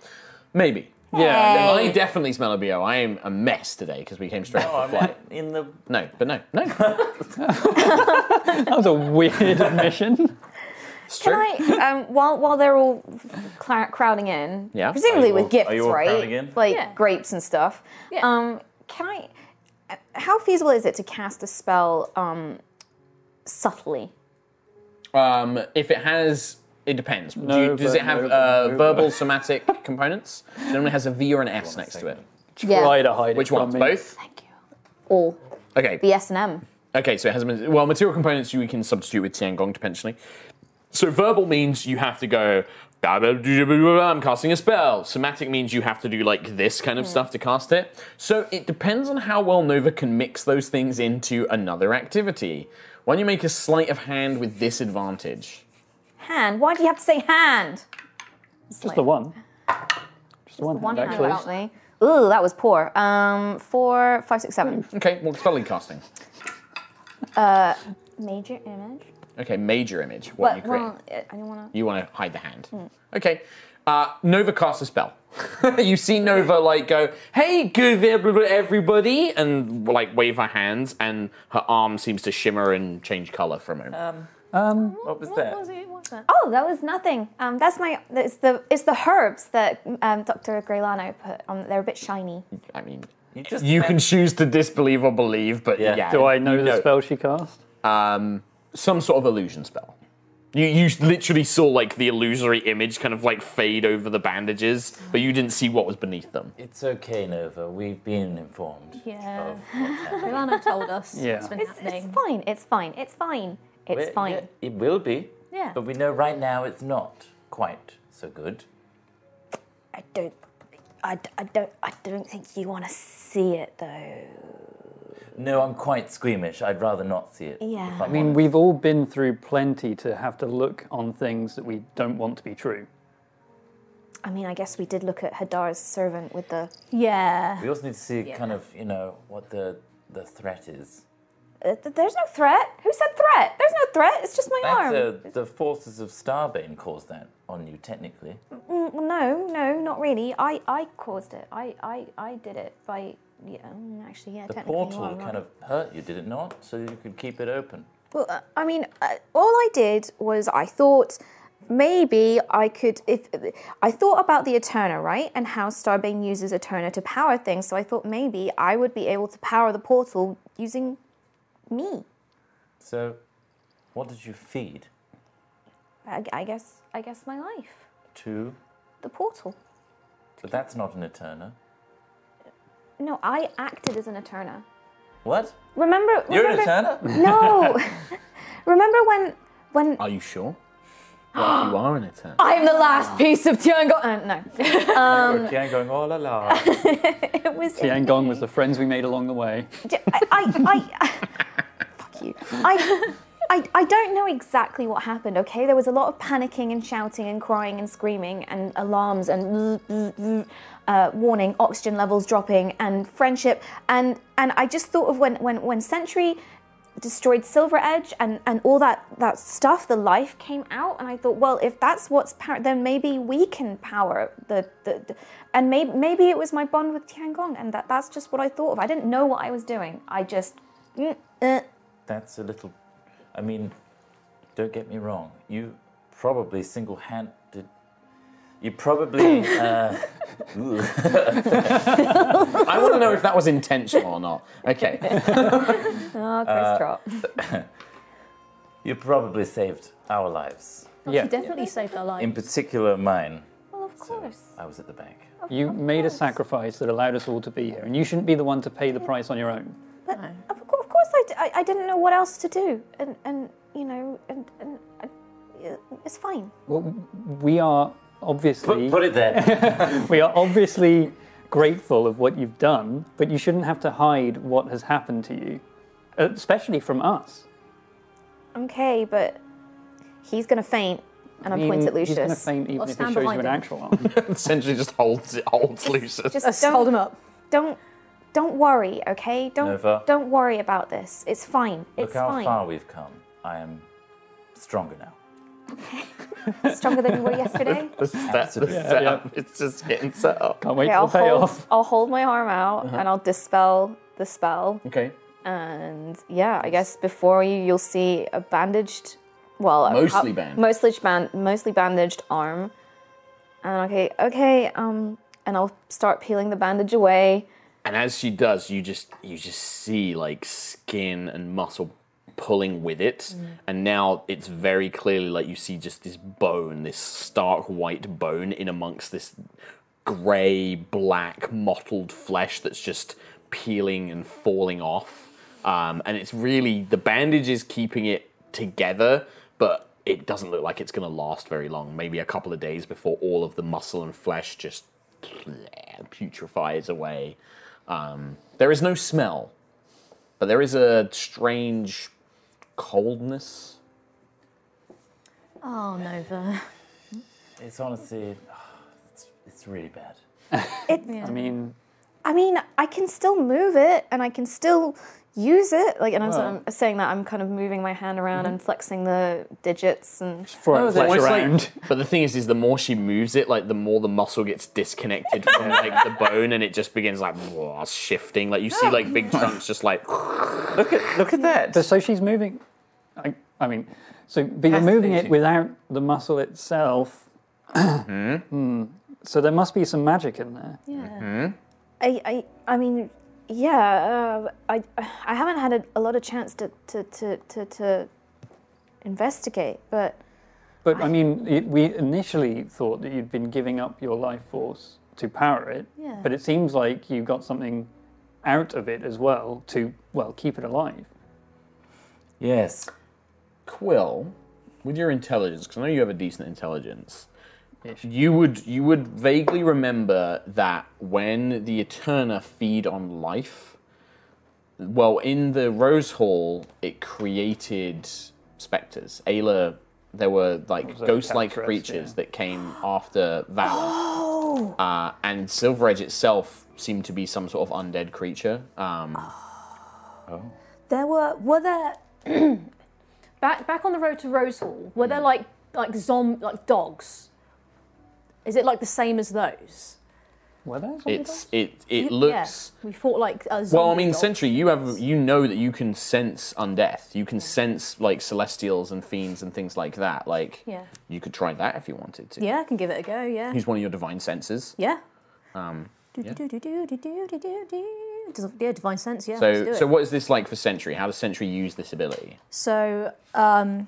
[SPEAKER 3] Maybe.
[SPEAKER 1] Yeah.
[SPEAKER 8] I definitely smell a BO. I am a mess today because we came straight off the flight.
[SPEAKER 6] in the
[SPEAKER 8] No, but no, no. It's
[SPEAKER 1] That was a weird <laughs> admission.
[SPEAKER 5] Can
[SPEAKER 8] true.
[SPEAKER 5] I, um, while while they're all cla crowding in,
[SPEAKER 8] Yeah.
[SPEAKER 3] Presumably
[SPEAKER 6] Are you
[SPEAKER 3] with
[SPEAKER 6] all-
[SPEAKER 3] gifts,
[SPEAKER 6] are you all
[SPEAKER 3] right?
[SPEAKER 6] crowding in?
[SPEAKER 3] Like
[SPEAKER 9] Yeah.
[SPEAKER 3] grapes and stuff.
[SPEAKER 9] Yeah.
[SPEAKER 3] Um,
[SPEAKER 5] can I? uh, How feasible is it to cast a spell um, subtly?
[SPEAKER 8] Um, if it has, it depends. Do
[SPEAKER 1] No,
[SPEAKER 8] you- does
[SPEAKER 1] but
[SPEAKER 8] it have
[SPEAKER 1] no,
[SPEAKER 8] uh,
[SPEAKER 1] but no,
[SPEAKER 8] verbal
[SPEAKER 1] but-
[SPEAKER 8] somatic components? It normally has a V or an S next to it.
[SPEAKER 3] yeah.
[SPEAKER 1] Try to hide it
[SPEAKER 8] Which
[SPEAKER 1] from
[SPEAKER 8] ones?
[SPEAKER 1] me.
[SPEAKER 8] Both?
[SPEAKER 3] All
[SPEAKER 8] Okay.
[SPEAKER 3] the S and M.
[SPEAKER 8] Okay, so it has been. Well, material components you can substitute with Tiangong potentially. So verbal means you have to go. "Blah, blah, blah, blah, blah, I'm casting a spell. Somatic means you have to do like this kind of
[SPEAKER 5] Hmm.
[SPEAKER 8] stuff to cast it. So it depends on how well Nova can mix those things into another activity. Why don't you make a sleight of hand with disadvantage?
[SPEAKER 3] Hand. Why do you have to say hand?
[SPEAKER 1] Just the one. Just the one,
[SPEAKER 3] One
[SPEAKER 1] hand,
[SPEAKER 3] hand,
[SPEAKER 1] actually.
[SPEAKER 3] apparently. Ooh, that was poor. Um, four, five, six, seven.
[SPEAKER 8] Okay, well, spelling casting.
[SPEAKER 5] Major image.
[SPEAKER 8] Okay, major image. What you
[SPEAKER 5] But
[SPEAKER 8] create?
[SPEAKER 5] well, uh, I don't want to.
[SPEAKER 8] You want to hide the hand. Okay. Uh, Nova casts a spell. <laughs> you see Nova like go, "Hey, good everybody," and like wave her hands, and her arm seems to shimmer and change color for a moment.
[SPEAKER 6] What was that?
[SPEAKER 5] Oh, that was nothing. Um, that's my. It's the it's the herbs that um, Dr. Graylano put. Um, they're a bit shiny.
[SPEAKER 8] I mean, you,
[SPEAKER 6] just-
[SPEAKER 8] can choose to disbelieve or believe, but yeah,
[SPEAKER 6] Yeah.
[SPEAKER 1] Do I know
[SPEAKER 8] you
[SPEAKER 1] the spell she cast?
[SPEAKER 8] um, some sort of illusion spell. You you literally saw like the illusory image kind of like fade over the bandages, but you didn't see what was beneath them.
[SPEAKER 6] It's okay, Nova. We've been informed.
[SPEAKER 9] Yeah.
[SPEAKER 6] Of what's happening.
[SPEAKER 7] Lana told us
[SPEAKER 1] Yeah.
[SPEAKER 7] what's been
[SPEAKER 5] It's, it's
[SPEAKER 7] happening.
[SPEAKER 5] fine. It's fine. It's fine. It's
[SPEAKER 6] Well,
[SPEAKER 5] fine.
[SPEAKER 6] yeah, it will be.
[SPEAKER 5] Yeah.
[SPEAKER 6] But we know right now it's not quite so good.
[SPEAKER 5] I don't. I, d- I don't. I don't think you want to see it though.
[SPEAKER 6] No, I'm quite squeamish. I'd rather not see it.
[SPEAKER 5] Yeah.
[SPEAKER 6] If I'm
[SPEAKER 1] I mean, we've all been through plenty to have to look on things that we don't want to be true.
[SPEAKER 5] I mean, I guess we did look at Hadar's servant with the.
[SPEAKER 7] Yeah.
[SPEAKER 6] We also need to see kind of, you know, what the the threat is.
[SPEAKER 5] Uh, th- there's no threat. Who said threat? There's no threat. It's just my
[SPEAKER 6] That's
[SPEAKER 5] arm.
[SPEAKER 6] uh, the forces of Starbane caused that on you, technically.
[SPEAKER 5] Mm, well, no, no, not really. I, I caused it. I, I, I did it by. Yeah, mm, actually, yeah.
[SPEAKER 6] The
[SPEAKER 5] technically you
[SPEAKER 6] portal
[SPEAKER 5] are right.
[SPEAKER 6] kind of hurt you, did it not? So you could keep it open.
[SPEAKER 5] Well, uh, I mean, uh, all I did was I thought maybe I could. If I thought about the Eterna, right, and how Starbane uses Eterna to power things, so I thought maybe I would be able to power the portal using me.
[SPEAKER 6] So, what did you feed
[SPEAKER 5] I, I guess. I guess my life,
[SPEAKER 6] to?
[SPEAKER 5] the portal.
[SPEAKER 6] So that's not an Eterna.
[SPEAKER 5] No, I acted as an Eterna.
[SPEAKER 6] What?
[SPEAKER 5] Remember?
[SPEAKER 6] You're an
[SPEAKER 5] remember,
[SPEAKER 6] Eterna?
[SPEAKER 5] No. <laughs> remember when? When
[SPEAKER 8] Are you sure? What if you are an eternal?
[SPEAKER 3] I'm the last piece of Tiango. Uh, no.
[SPEAKER 6] okay, I'm going, oh la la.
[SPEAKER 5] <laughs> it was.
[SPEAKER 1] Tian Gong was the friends we made along the way.
[SPEAKER 5] I, I, I, fuck you. I, I, I don't know exactly what happened. Okay, there was a lot of panicking and shouting and crying and screaming and alarms and uh, warning, oxygen levels dropping and friendship and and I just thought of when when when Sentry destroyed Silver Edge and and all that that stuff, the life came out, and I thought, well, if that's what's power, then maybe we can power the the, the and maybe maybe it was my bond with Tiangong, and that that's just what I thought of. I didn't know what I was doing. I just. mm, uh,
[SPEAKER 6] That's a little. I mean, don't get me wrong. You probably single handed. You
[SPEAKER 5] <laughs>
[SPEAKER 6] probably. uh, ooh. <laughs>
[SPEAKER 8] I want to know if that was intentional or not. Okay.
[SPEAKER 3] Oh, Chris drop.
[SPEAKER 6] you probably saved our lives.
[SPEAKER 1] Yeah.
[SPEAKER 7] She definitely saved our life.
[SPEAKER 6] In particular, mine.
[SPEAKER 5] <laughs> well, of course.
[SPEAKER 6] I was at the back.
[SPEAKER 1] You made a sacrifice that allowed us all to be here, and you shouldn't be the one to pay the price on your own.
[SPEAKER 5] But of, cour- of course, I, d- I- I didn't know what else to do, and and you know, and and I, it's fine.
[SPEAKER 1] Well, we are
[SPEAKER 5] Oh,
[SPEAKER 1] obviously
[SPEAKER 6] it
[SPEAKER 5] <laughs>
[SPEAKER 6] there.
[SPEAKER 1] we are obviously grateful of what you've done, but you shouldn't have to hide what has happened to you, especially from us.
[SPEAKER 5] Okay, but he's gonna faint, and I,
[SPEAKER 1] I mean,
[SPEAKER 5] point at
[SPEAKER 1] He's going to
[SPEAKER 5] Lucius.
[SPEAKER 1] faint even
[SPEAKER 7] I'll
[SPEAKER 1] if he
[SPEAKER 7] stand
[SPEAKER 1] shows you
[SPEAKER 7] behind
[SPEAKER 1] an
[SPEAKER 7] him.
[SPEAKER 1] actual arm.
[SPEAKER 8] Essentially just holds it holds loose. <laughs>
[SPEAKER 5] Just
[SPEAKER 7] Let's hold
[SPEAKER 5] don't
[SPEAKER 7] him up.
[SPEAKER 5] don't don't worry, okay? Don't
[SPEAKER 6] Nova.
[SPEAKER 5] don't worry about this. It's fine.
[SPEAKER 6] Look
[SPEAKER 5] it's
[SPEAKER 6] how
[SPEAKER 5] fine.
[SPEAKER 6] far we've come. I am stronger now.
[SPEAKER 10] Stronger than you were yesterday.
[SPEAKER 8] The set- the setup. It's just getting set up.
[SPEAKER 1] Can't wait
[SPEAKER 5] Okay,
[SPEAKER 1] for
[SPEAKER 5] I'll
[SPEAKER 1] the payoff.
[SPEAKER 5] hold, I'll hold my arm out and I'll dispel the spell.
[SPEAKER 8] Okay.
[SPEAKER 5] And yeah, I guess before you, you'll see a bandaged, well, a-
[SPEAKER 8] Mostly
[SPEAKER 5] a-
[SPEAKER 8] bandaged.
[SPEAKER 5] mostly ban- mostly bandaged arm. And okay, okay, um, and I'll start peeling the bandage away.
[SPEAKER 8] And as she does, you just you just see like skin and muscle pulling with it, and now it's very clearly like you see just this bone, this stark white bone in amongst this grey, black, mottled flesh that's just peeling and falling off. Um, and it's really the bandage is keeping it together, but it doesn't look like it's going to last very long. Maybe a couple of days before all of the muscle and flesh just <sniffs> putrefies away. Um, there is no smell, but there is a strange coldness.
[SPEAKER 7] Oh, Nova.
[SPEAKER 6] It's honestly, ah, it's, it's really bad.
[SPEAKER 1] I mean,
[SPEAKER 5] I mean, I can still move it and I can still use it. Like, and I'm, sort of saying that I'm kind of moving my hand around and flexing the digits and
[SPEAKER 1] for a flash
[SPEAKER 8] Almost like-
[SPEAKER 1] around.
[SPEAKER 8] but the thing is, is the more she moves it, like the more the muscle gets disconnected from like the bone, and it just begins like <laughs> shifting. Like you see, like big chunks just like
[SPEAKER 6] Look at look at that.
[SPEAKER 1] But so she's moving. I, I mean, so but you're moving it
[SPEAKER 6] Fascinating.
[SPEAKER 1] without the muscle itself. Hmm. So there must be some magic in there.
[SPEAKER 10] I, I, I mean, yeah. Uh, I, I haven't had a, a lot of chance to, to, to, to, to investigate, but
[SPEAKER 1] But I mean, it, we initially thought that you'd been giving up your life force to power it.
[SPEAKER 7] Yeah.
[SPEAKER 1] But it seems like you got something out of it as well to well keep it alive.
[SPEAKER 6] yes.
[SPEAKER 8] Quill, with your intelligence, because I know you have a decent intelligence, you would you would vaguely remember that when the Eterna feed on life, well, in the Rose Hall, it created specters. Ayla, there were like
[SPEAKER 1] that?
[SPEAKER 8] ghost-like
[SPEAKER 1] Temptress,
[SPEAKER 8] creatures
[SPEAKER 1] yeah.
[SPEAKER 8] that came after Valor, uh, and Silver Edge itself seemed to be some sort of undead creature. Um,
[SPEAKER 7] There were were there
[SPEAKER 2] <clears throat> Back back on the road to Rose Hall, were there like like zom like dogs? Is it like the same as those?
[SPEAKER 1] Were there? zombie
[SPEAKER 8] It's it
[SPEAKER 2] Yeah,
[SPEAKER 8] it looks.
[SPEAKER 2] we fought like a zombie.
[SPEAKER 8] Well, I mean,
[SPEAKER 2] dog.
[SPEAKER 8] Sentry, you have you know that you can sense undeath. You can sense like celestials and fiends and things like that. Like,
[SPEAKER 2] Yeah.
[SPEAKER 8] you could try that if you wanted to.
[SPEAKER 2] Yeah, I can give it a go. Yeah.
[SPEAKER 8] Use one of your divine senses.
[SPEAKER 2] Yeah. Um. Yeah, divine sense. Yeah. let's do
[SPEAKER 8] So,
[SPEAKER 2] it.
[SPEAKER 8] so what is this like for Sentry? How does Sentry use this ability?
[SPEAKER 2] So, um,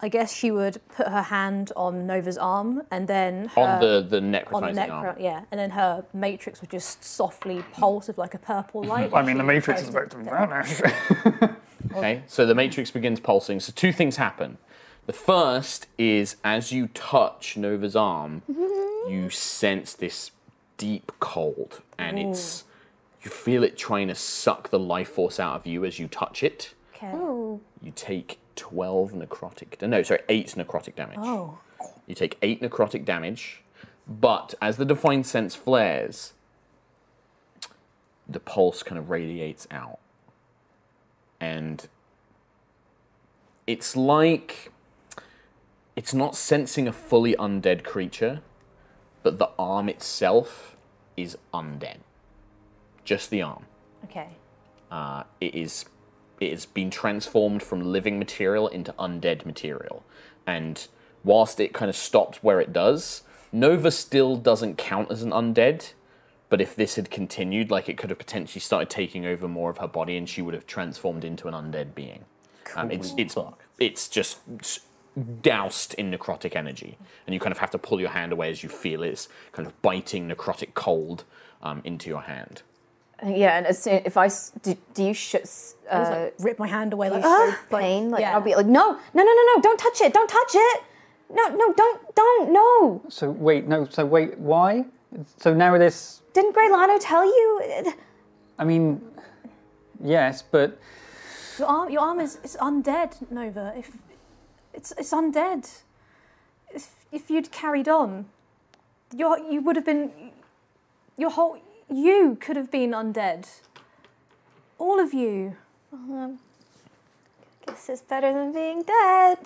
[SPEAKER 2] I guess she would put her hand on Nova's arm, and then her,
[SPEAKER 8] On the the
[SPEAKER 2] Uh, on the
[SPEAKER 8] necrotizing
[SPEAKER 2] neck,
[SPEAKER 8] arm.
[SPEAKER 2] yeah, and then her matrix would just softly pulse with like a purple light.
[SPEAKER 1] <laughs> I mean, the Matrix is about to vanish. <laughs>
[SPEAKER 8] Okay, so the matrix begins pulsing. So two things happen. The first is as you touch Nova's arm, you sense this deep cold, and it's you feel it trying to suck the life force out of you as you touch it.
[SPEAKER 2] Okay.
[SPEAKER 8] You take twelve necrotic. No, sorry, eight necrotic damage. Oh. You take eight necrotic damage, but as the divine sense flares, the pulse kind of radiates out and it's like it's not sensing a fully undead creature, but the arm itself is undead. Just the arm.
[SPEAKER 2] Okay.
[SPEAKER 8] Uh, it is it has been transformed from living material into undead material, and whilst it kind of stops where it does, Nova still doesn't count as an undead. But if this had continued, like it could have potentially started taking over more of her body, and she would have transformed into an undead being. Um, it's it's it's just s- doused in necrotic energy, and you kind of have to pull your hand away as you feel it's kind of biting necrotic cold um, into your hand.
[SPEAKER 5] yeah. And as soon if I s- do, do you sh- s-
[SPEAKER 2] I just,
[SPEAKER 5] uh,
[SPEAKER 2] like, rip my hand away like,
[SPEAKER 5] ah,
[SPEAKER 2] like-
[SPEAKER 5] pain? Like
[SPEAKER 2] yeah.
[SPEAKER 5] I'll be like, no, no, no, no, no! Don't touch it! Don't touch it! No, no, don't, don't, no!
[SPEAKER 1] so wait, no. So wait, why? So now this.
[SPEAKER 5] Didn't Grey Lano tell you?
[SPEAKER 1] I mean, yes, but
[SPEAKER 2] your arm, your arm is it's undead, Nova. If it's it's undead, if if you'd carried on, your you would have been your whole you could have been undead. All of you.
[SPEAKER 5] Guess it's better than being dead.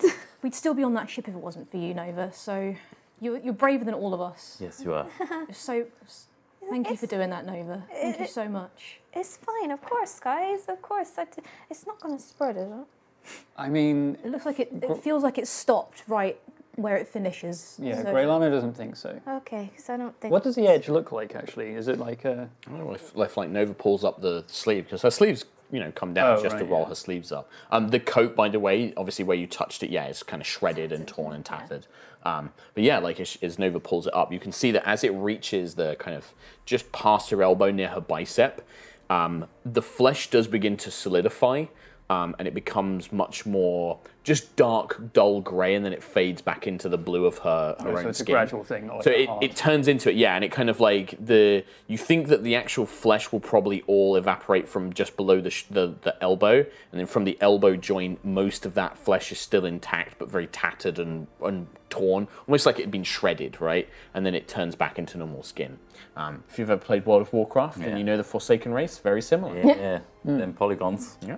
[SPEAKER 2] We'd still be on that ship if it wasn't for you, Nova. So you're, you're braver than all of us.
[SPEAKER 6] Yes,
[SPEAKER 5] <laughs>
[SPEAKER 6] you are.
[SPEAKER 2] So s- thank you for doing that, Nova. Thank you
[SPEAKER 5] it-
[SPEAKER 2] so much.
[SPEAKER 5] It's fine, of course, guys. Of course. That, it's not going to spread, is it?
[SPEAKER 1] I mean,
[SPEAKER 2] It looks like it, it feels like it stopped right where it finishes.
[SPEAKER 1] yeah,
[SPEAKER 2] So-
[SPEAKER 1] Greylana doesn't think so.
[SPEAKER 5] Okay, because I don't think.
[SPEAKER 1] What does the edge look like, actually? Is it like a.
[SPEAKER 8] I don't know if, if like Nova pulls up the sleeve because her sleeves, you know, come down
[SPEAKER 1] Oh,
[SPEAKER 8] just to
[SPEAKER 1] right,
[SPEAKER 8] roll
[SPEAKER 1] yeah.
[SPEAKER 8] her sleeves up. Um, the coat, by the way, obviously where you touched it, yeah, it's kind of shredded and torn and tattered. Um, but yeah, like as, as Nova pulls it up, you can see that as it reaches the kind of just past her elbow near her bicep, um, the flesh does begin to solidify. Um, and it becomes much more just dark, dull grey, and then it fades back into the blue of her, her
[SPEAKER 1] so
[SPEAKER 8] own
[SPEAKER 1] it's a
[SPEAKER 8] skin.
[SPEAKER 1] gradual thing, not like
[SPEAKER 8] so
[SPEAKER 1] a
[SPEAKER 8] it,
[SPEAKER 1] hard-
[SPEAKER 8] it turns into it, yeah, and it kind of like the you think that the actual flesh will probably all evaporate from just below the sh- the, the elbow, and then from the elbow joint, most of that flesh is still intact, but very tattered and, and torn, almost like it had been shredded, right? And then it turns back into normal skin. Um, if you've ever played World of Warcraft and
[SPEAKER 6] Yeah.
[SPEAKER 8] you know the Forsaken race, very similar.
[SPEAKER 6] Yeah. yeah.
[SPEAKER 5] Mm.
[SPEAKER 6] Then polygons.
[SPEAKER 8] Yeah.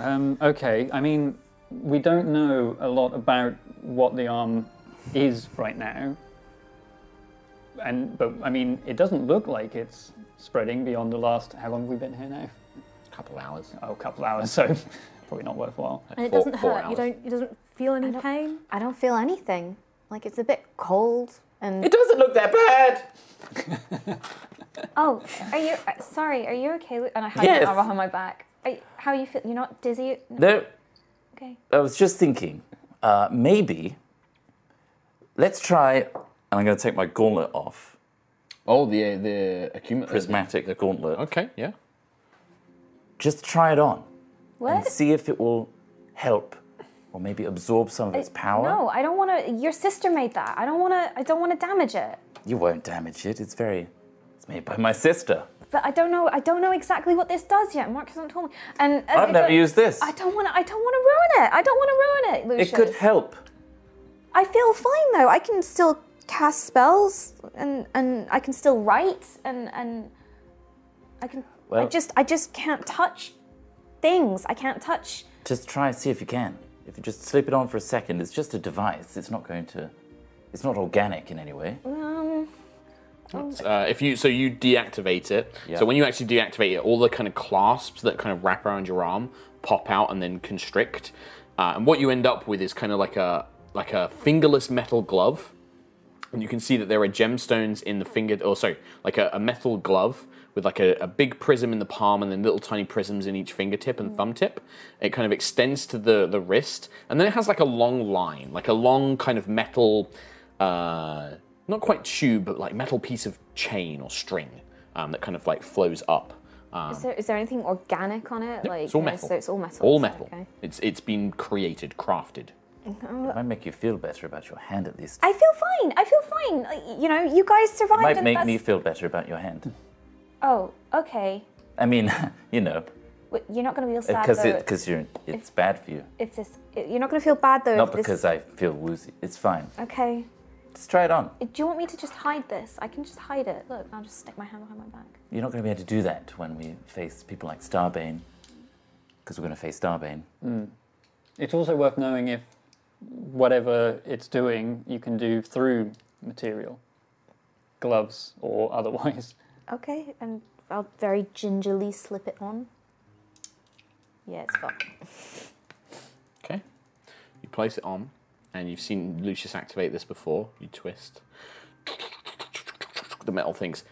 [SPEAKER 1] Um, okay, I mean, we don't know a lot about what the arm is right now. And, but I mean, it doesn't look like it's spreading beyond the last. How long have we been here now?
[SPEAKER 8] couple hours.
[SPEAKER 1] Oh, a couple hours, <laughs> so probably not worthwhile.
[SPEAKER 2] and it
[SPEAKER 8] Four-
[SPEAKER 2] doesn't
[SPEAKER 8] four
[SPEAKER 2] hurt. You
[SPEAKER 8] hours.
[SPEAKER 2] don't. It doesn't feel any pain.
[SPEAKER 11] I don't feel anything. Like it's a bit cold and
[SPEAKER 8] It doesn't look that bad.
[SPEAKER 5] Oh, are you. uh, Sorry, are you okay? Lu- And I hide
[SPEAKER 6] Yes.
[SPEAKER 5] my arm behind my back. Are, you- how you feel? You're not dizzy? No,
[SPEAKER 6] No,
[SPEAKER 5] Okay.
[SPEAKER 6] I was just thinking, uh, maybe let's try, and I'm going to take my gauntlet off,
[SPEAKER 8] Oh, the the accumulator.
[SPEAKER 6] prismatic gauntlet.
[SPEAKER 8] Okay, yeah.
[SPEAKER 6] Just try it on and
[SPEAKER 5] What?
[SPEAKER 6] see if it will help or maybe absorb some of its power.
[SPEAKER 5] Uh, No, I don't want to. Your sister made that. I don't want to. I don't want to damage it.
[SPEAKER 6] You won't damage it. It's very, it's made by my sister.
[SPEAKER 5] But I don't know. I don't know exactly what this does yet. Mark hasn't told me. And, and
[SPEAKER 6] I've
[SPEAKER 5] I
[SPEAKER 6] never
[SPEAKER 5] don't-
[SPEAKER 6] used this.
[SPEAKER 5] I don't want to. I don't want to ruin it. I don't want to ruin it,
[SPEAKER 6] It
[SPEAKER 5] Lucius.
[SPEAKER 6] could help.
[SPEAKER 5] I feel fine though. I can still cast spells and and I can still write and and I can I
[SPEAKER 6] Well-
[SPEAKER 5] just I just can't touch things. I can't touch
[SPEAKER 6] Just try and see if you can. If you just slip it on for a second, it's just a device. It's not going to, it's not organic in any way.
[SPEAKER 5] um
[SPEAKER 8] Uh, if you so you deactivate it.
[SPEAKER 6] Yeah.
[SPEAKER 8] So when you actually deactivate it, all the kind of clasps that kind of wrap around your arm pop out and then constrict. Uh, and what you end up with is kind of like a like a fingerless metal glove. And you can see that there are gemstones in the finger, or sorry, like a, a metal glove with like a, a big prism in the palm and then little tiny prisms in each fingertip
[SPEAKER 11] Mm.
[SPEAKER 8] and thumb tip. It kind of extends to the, the wrist. And then it has like a long line, like a long kind of metal, uh, not quite tube, but like metal piece of chain or string um, that kind of like flows up.
[SPEAKER 6] Ah.
[SPEAKER 8] Um,
[SPEAKER 11] is there, is there anything organic on it? like
[SPEAKER 8] it's all
[SPEAKER 11] you know,
[SPEAKER 8] metal.
[SPEAKER 11] So it's all metal.
[SPEAKER 8] all metal.
[SPEAKER 11] Okay.
[SPEAKER 8] It's, it's been created, crafted.
[SPEAKER 6] It might make you feel better about your hand at least.
[SPEAKER 5] I feel fine. I feel fine. Like, You know, you guys survived.
[SPEAKER 6] It might
[SPEAKER 5] and
[SPEAKER 6] make
[SPEAKER 5] that's-
[SPEAKER 6] me feel better about your hand.
[SPEAKER 5] Oh, okay.
[SPEAKER 6] I mean, <laughs> you know,
[SPEAKER 5] Wait, You're not gonna feel sad
[SPEAKER 6] because
[SPEAKER 5] though.
[SPEAKER 6] it, cause you're, it's bad for you.
[SPEAKER 5] if this, you're not gonna feel bad though.
[SPEAKER 6] Not
[SPEAKER 5] if this,
[SPEAKER 6] because I feel woozy. It's fine.
[SPEAKER 5] Okay. Uh,
[SPEAKER 6] Just try it on.
[SPEAKER 5] Do you want me to just hide this? I can just hide it. Look, I'll just stick my hand behind my back.
[SPEAKER 6] You're not going to be able to do that when we face people like Starbane, because we're going to face Starbane.
[SPEAKER 1] It's also worth knowing if whatever it's doing, you can do through material, gloves or <laughs> otherwise.
[SPEAKER 5] Okay, and I'll very gingerly slip it on.
[SPEAKER 11] Yeah, it's got.
[SPEAKER 8] Okay. You place it on, and you've seen Lucius activate this before. You twist. The metal things.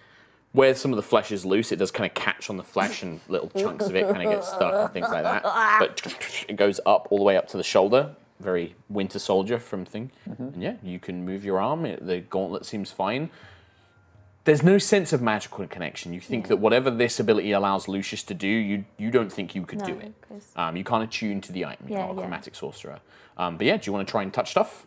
[SPEAKER 8] Where some of the flesh is loose, it does kind of catch on the flesh, and little chunks of it kind of get stuck and things like that. But it goes up all the way up to the shoulder. Very Winter Soldier from thing. And yeah, you can move your arm. It, the gauntlet seems fine there's no sense of magical connection. You think that whatever this ability allows Lucius to do, you you don't think you could do it.
[SPEAKER 11] Oh,
[SPEAKER 8] Um, you can't attune to the item. You're
[SPEAKER 11] Yeah,
[SPEAKER 8] not a
[SPEAKER 11] yeah.
[SPEAKER 8] chromatic sorcerer. Um, but yeah, do you want to try and touch stuff?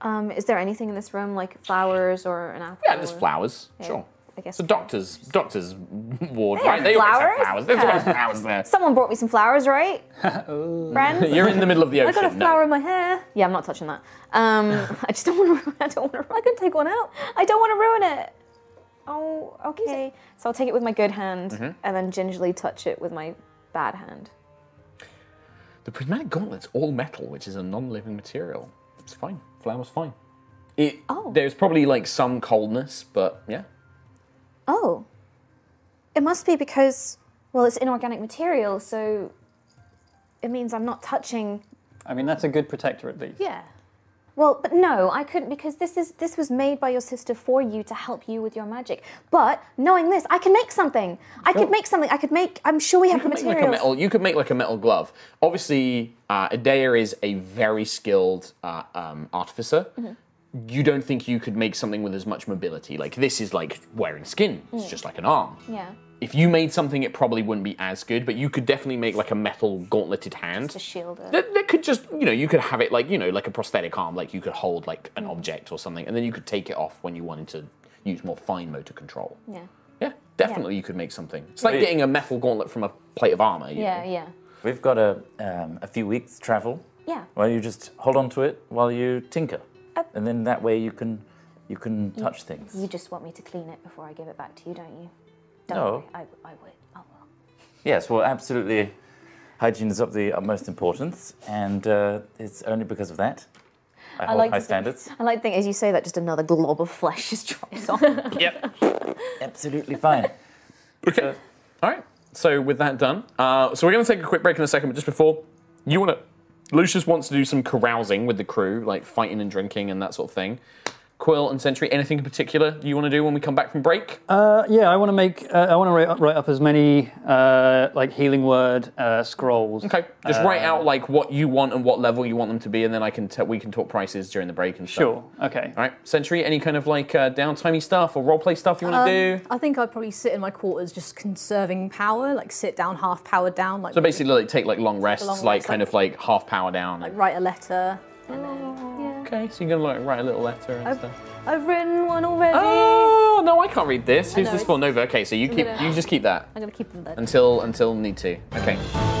[SPEAKER 11] Um, is there anything in this room like flowers or an apple?
[SPEAKER 8] Yeah, there's
[SPEAKER 11] or-
[SPEAKER 8] flowers. Sure.
[SPEAKER 11] I guess-
[SPEAKER 8] It's a doctor's doctor's ward,
[SPEAKER 11] have
[SPEAKER 8] right? They always have
[SPEAKER 11] flowers?
[SPEAKER 8] flowers. There's always flowers there.
[SPEAKER 11] Someone brought me some flowers,
[SPEAKER 8] <laughs>
[SPEAKER 11] right? Friends.
[SPEAKER 8] Oh. You're in the middle of the
[SPEAKER 2] I
[SPEAKER 8] ocean.
[SPEAKER 2] got a
[SPEAKER 8] no.
[SPEAKER 2] flower in my hair.
[SPEAKER 11] Yeah, I'm not touching that. Um,
[SPEAKER 8] <laughs>
[SPEAKER 11] <laughs> I just don't want to. I don't want to. I can take one out.
[SPEAKER 5] I don't want to ruin it. Oh, okay.
[SPEAKER 8] Mm-hmm.
[SPEAKER 11] So I'll take it with my good hand and then gingerly touch it with my bad hand.
[SPEAKER 8] The prismatic gauntlet's all metal, which is a non-living material. It's fine. Flower's fine. It, There's probably like some coldness, but yeah.
[SPEAKER 5] Oh. It must be because, well, it's inorganic material, so it means I'm not touching.
[SPEAKER 1] I mean, that's a good protector at least.
[SPEAKER 2] Yeah.
[SPEAKER 5] Well, but no, I couldn't because this is this was made by your sister for you to help you with your magic. But knowing this, I can make something. I could make something. I could make. I'm sure we have the
[SPEAKER 8] could make, like a
[SPEAKER 5] materials.
[SPEAKER 8] metal, you could make like a metal glove. Obviously, uh, Adair is a very skilled uh, um, artificer. You don't think you could make something with as much mobility. Like this is like wearing skin. It's just like an arm.
[SPEAKER 5] yeah,
[SPEAKER 8] If you made something, it probably wouldn't be as good. But you could definitely make like a metal gauntleted hand.
[SPEAKER 5] the shield. uh, it.
[SPEAKER 8] That, that could just, you know, you could have it like, you know, like a prosthetic arm, like you could hold like an object or something, and then you could take it off when you wanted to use more fine motor control.
[SPEAKER 5] Yeah.
[SPEAKER 8] Yeah, definitely you could make something. It's like
[SPEAKER 6] Wait.
[SPEAKER 8] getting a metal gauntlet from a plate of armor. you
[SPEAKER 12] Yeah,
[SPEAKER 8] know?
[SPEAKER 12] yeah.
[SPEAKER 6] We've got a, um, a few weeks travel.
[SPEAKER 5] Yeah.
[SPEAKER 6] Well, you just hold on to it while you tinker, and then that way you can you can touch things.
[SPEAKER 5] You just want me to clean it before I give it back to you, don't you? Don't
[SPEAKER 6] No.
[SPEAKER 5] worry, I, I would. Oh well.
[SPEAKER 6] Yes, well, absolutely. Hygiene is of the utmost importance, and uh, it's only because of that. I, hold
[SPEAKER 12] like
[SPEAKER 6] high
[SPEAKER 12] to think-
[SPEAKER 6] standards.
[SPEAKER 12] I like to think as you say that, just another glob of
[SPEAKER 5] <laughs>
[SPEAKER 12] flesh just drops on.
[SPEAKER 6] Absolutely fine.
[SPEAKER 8] <laughs> Okay. All right. So with that done, uh, so we're going to take a quick break in a second, but just before, you want to, Lucius wants to do some carousing with the crew, like fighting and drinking and that sort of thing. Quill and Sentry, anything in particular you want to do when we come back from break?
[SPEAKER 1] Uh, yeah, I want to make. Uh, I want to write, write up as many uh, like healing word uh, scrolls.
[SPEAKER 8] Okay, Uh, just write out like what you want and what level you want them to be, and then I can t- we can talk prices during the break and stuff.
[SPEAKER 1] Sure. Okay.
[SPEAKER 8] All right, Century. Any kind of like uh, downtimey stuff or roleplay stuff you want to do?
[SPEAKER 2] I think I'd probably sit in my quarters just conserving power, like sit down, half powered down, like
[SPEAKER 8] So basically, like take like long rests,
[SPEAKER 2] long
[SPEAKER 8] like
[SPEAKER 2] rest,
[SPEAKER 8] kind
[SPEAKER 2] like-
[SPEAKER 8] of like half power down.
[SPEAKER 2] write a letter. And
[SPEAKER 8] okay, so you're gonna like write a little letter and stuff.
[SPEAKER 2] I've written one already.
[SPEAKER 8] Oh no, I can't read this. Who's
[SPEAKER 2] know,
[SPEAKER 8] this
[SPEAKER 2] it's-
[SPEAKER 8] for? Nova. Okay, so you keep
[SPEAKER 2] gonna-
[SPEAKER 8] you just keep that
[SPEAKER 2] I'm gonna keep them there.
[SPEAKER 8] until until need to. Okay.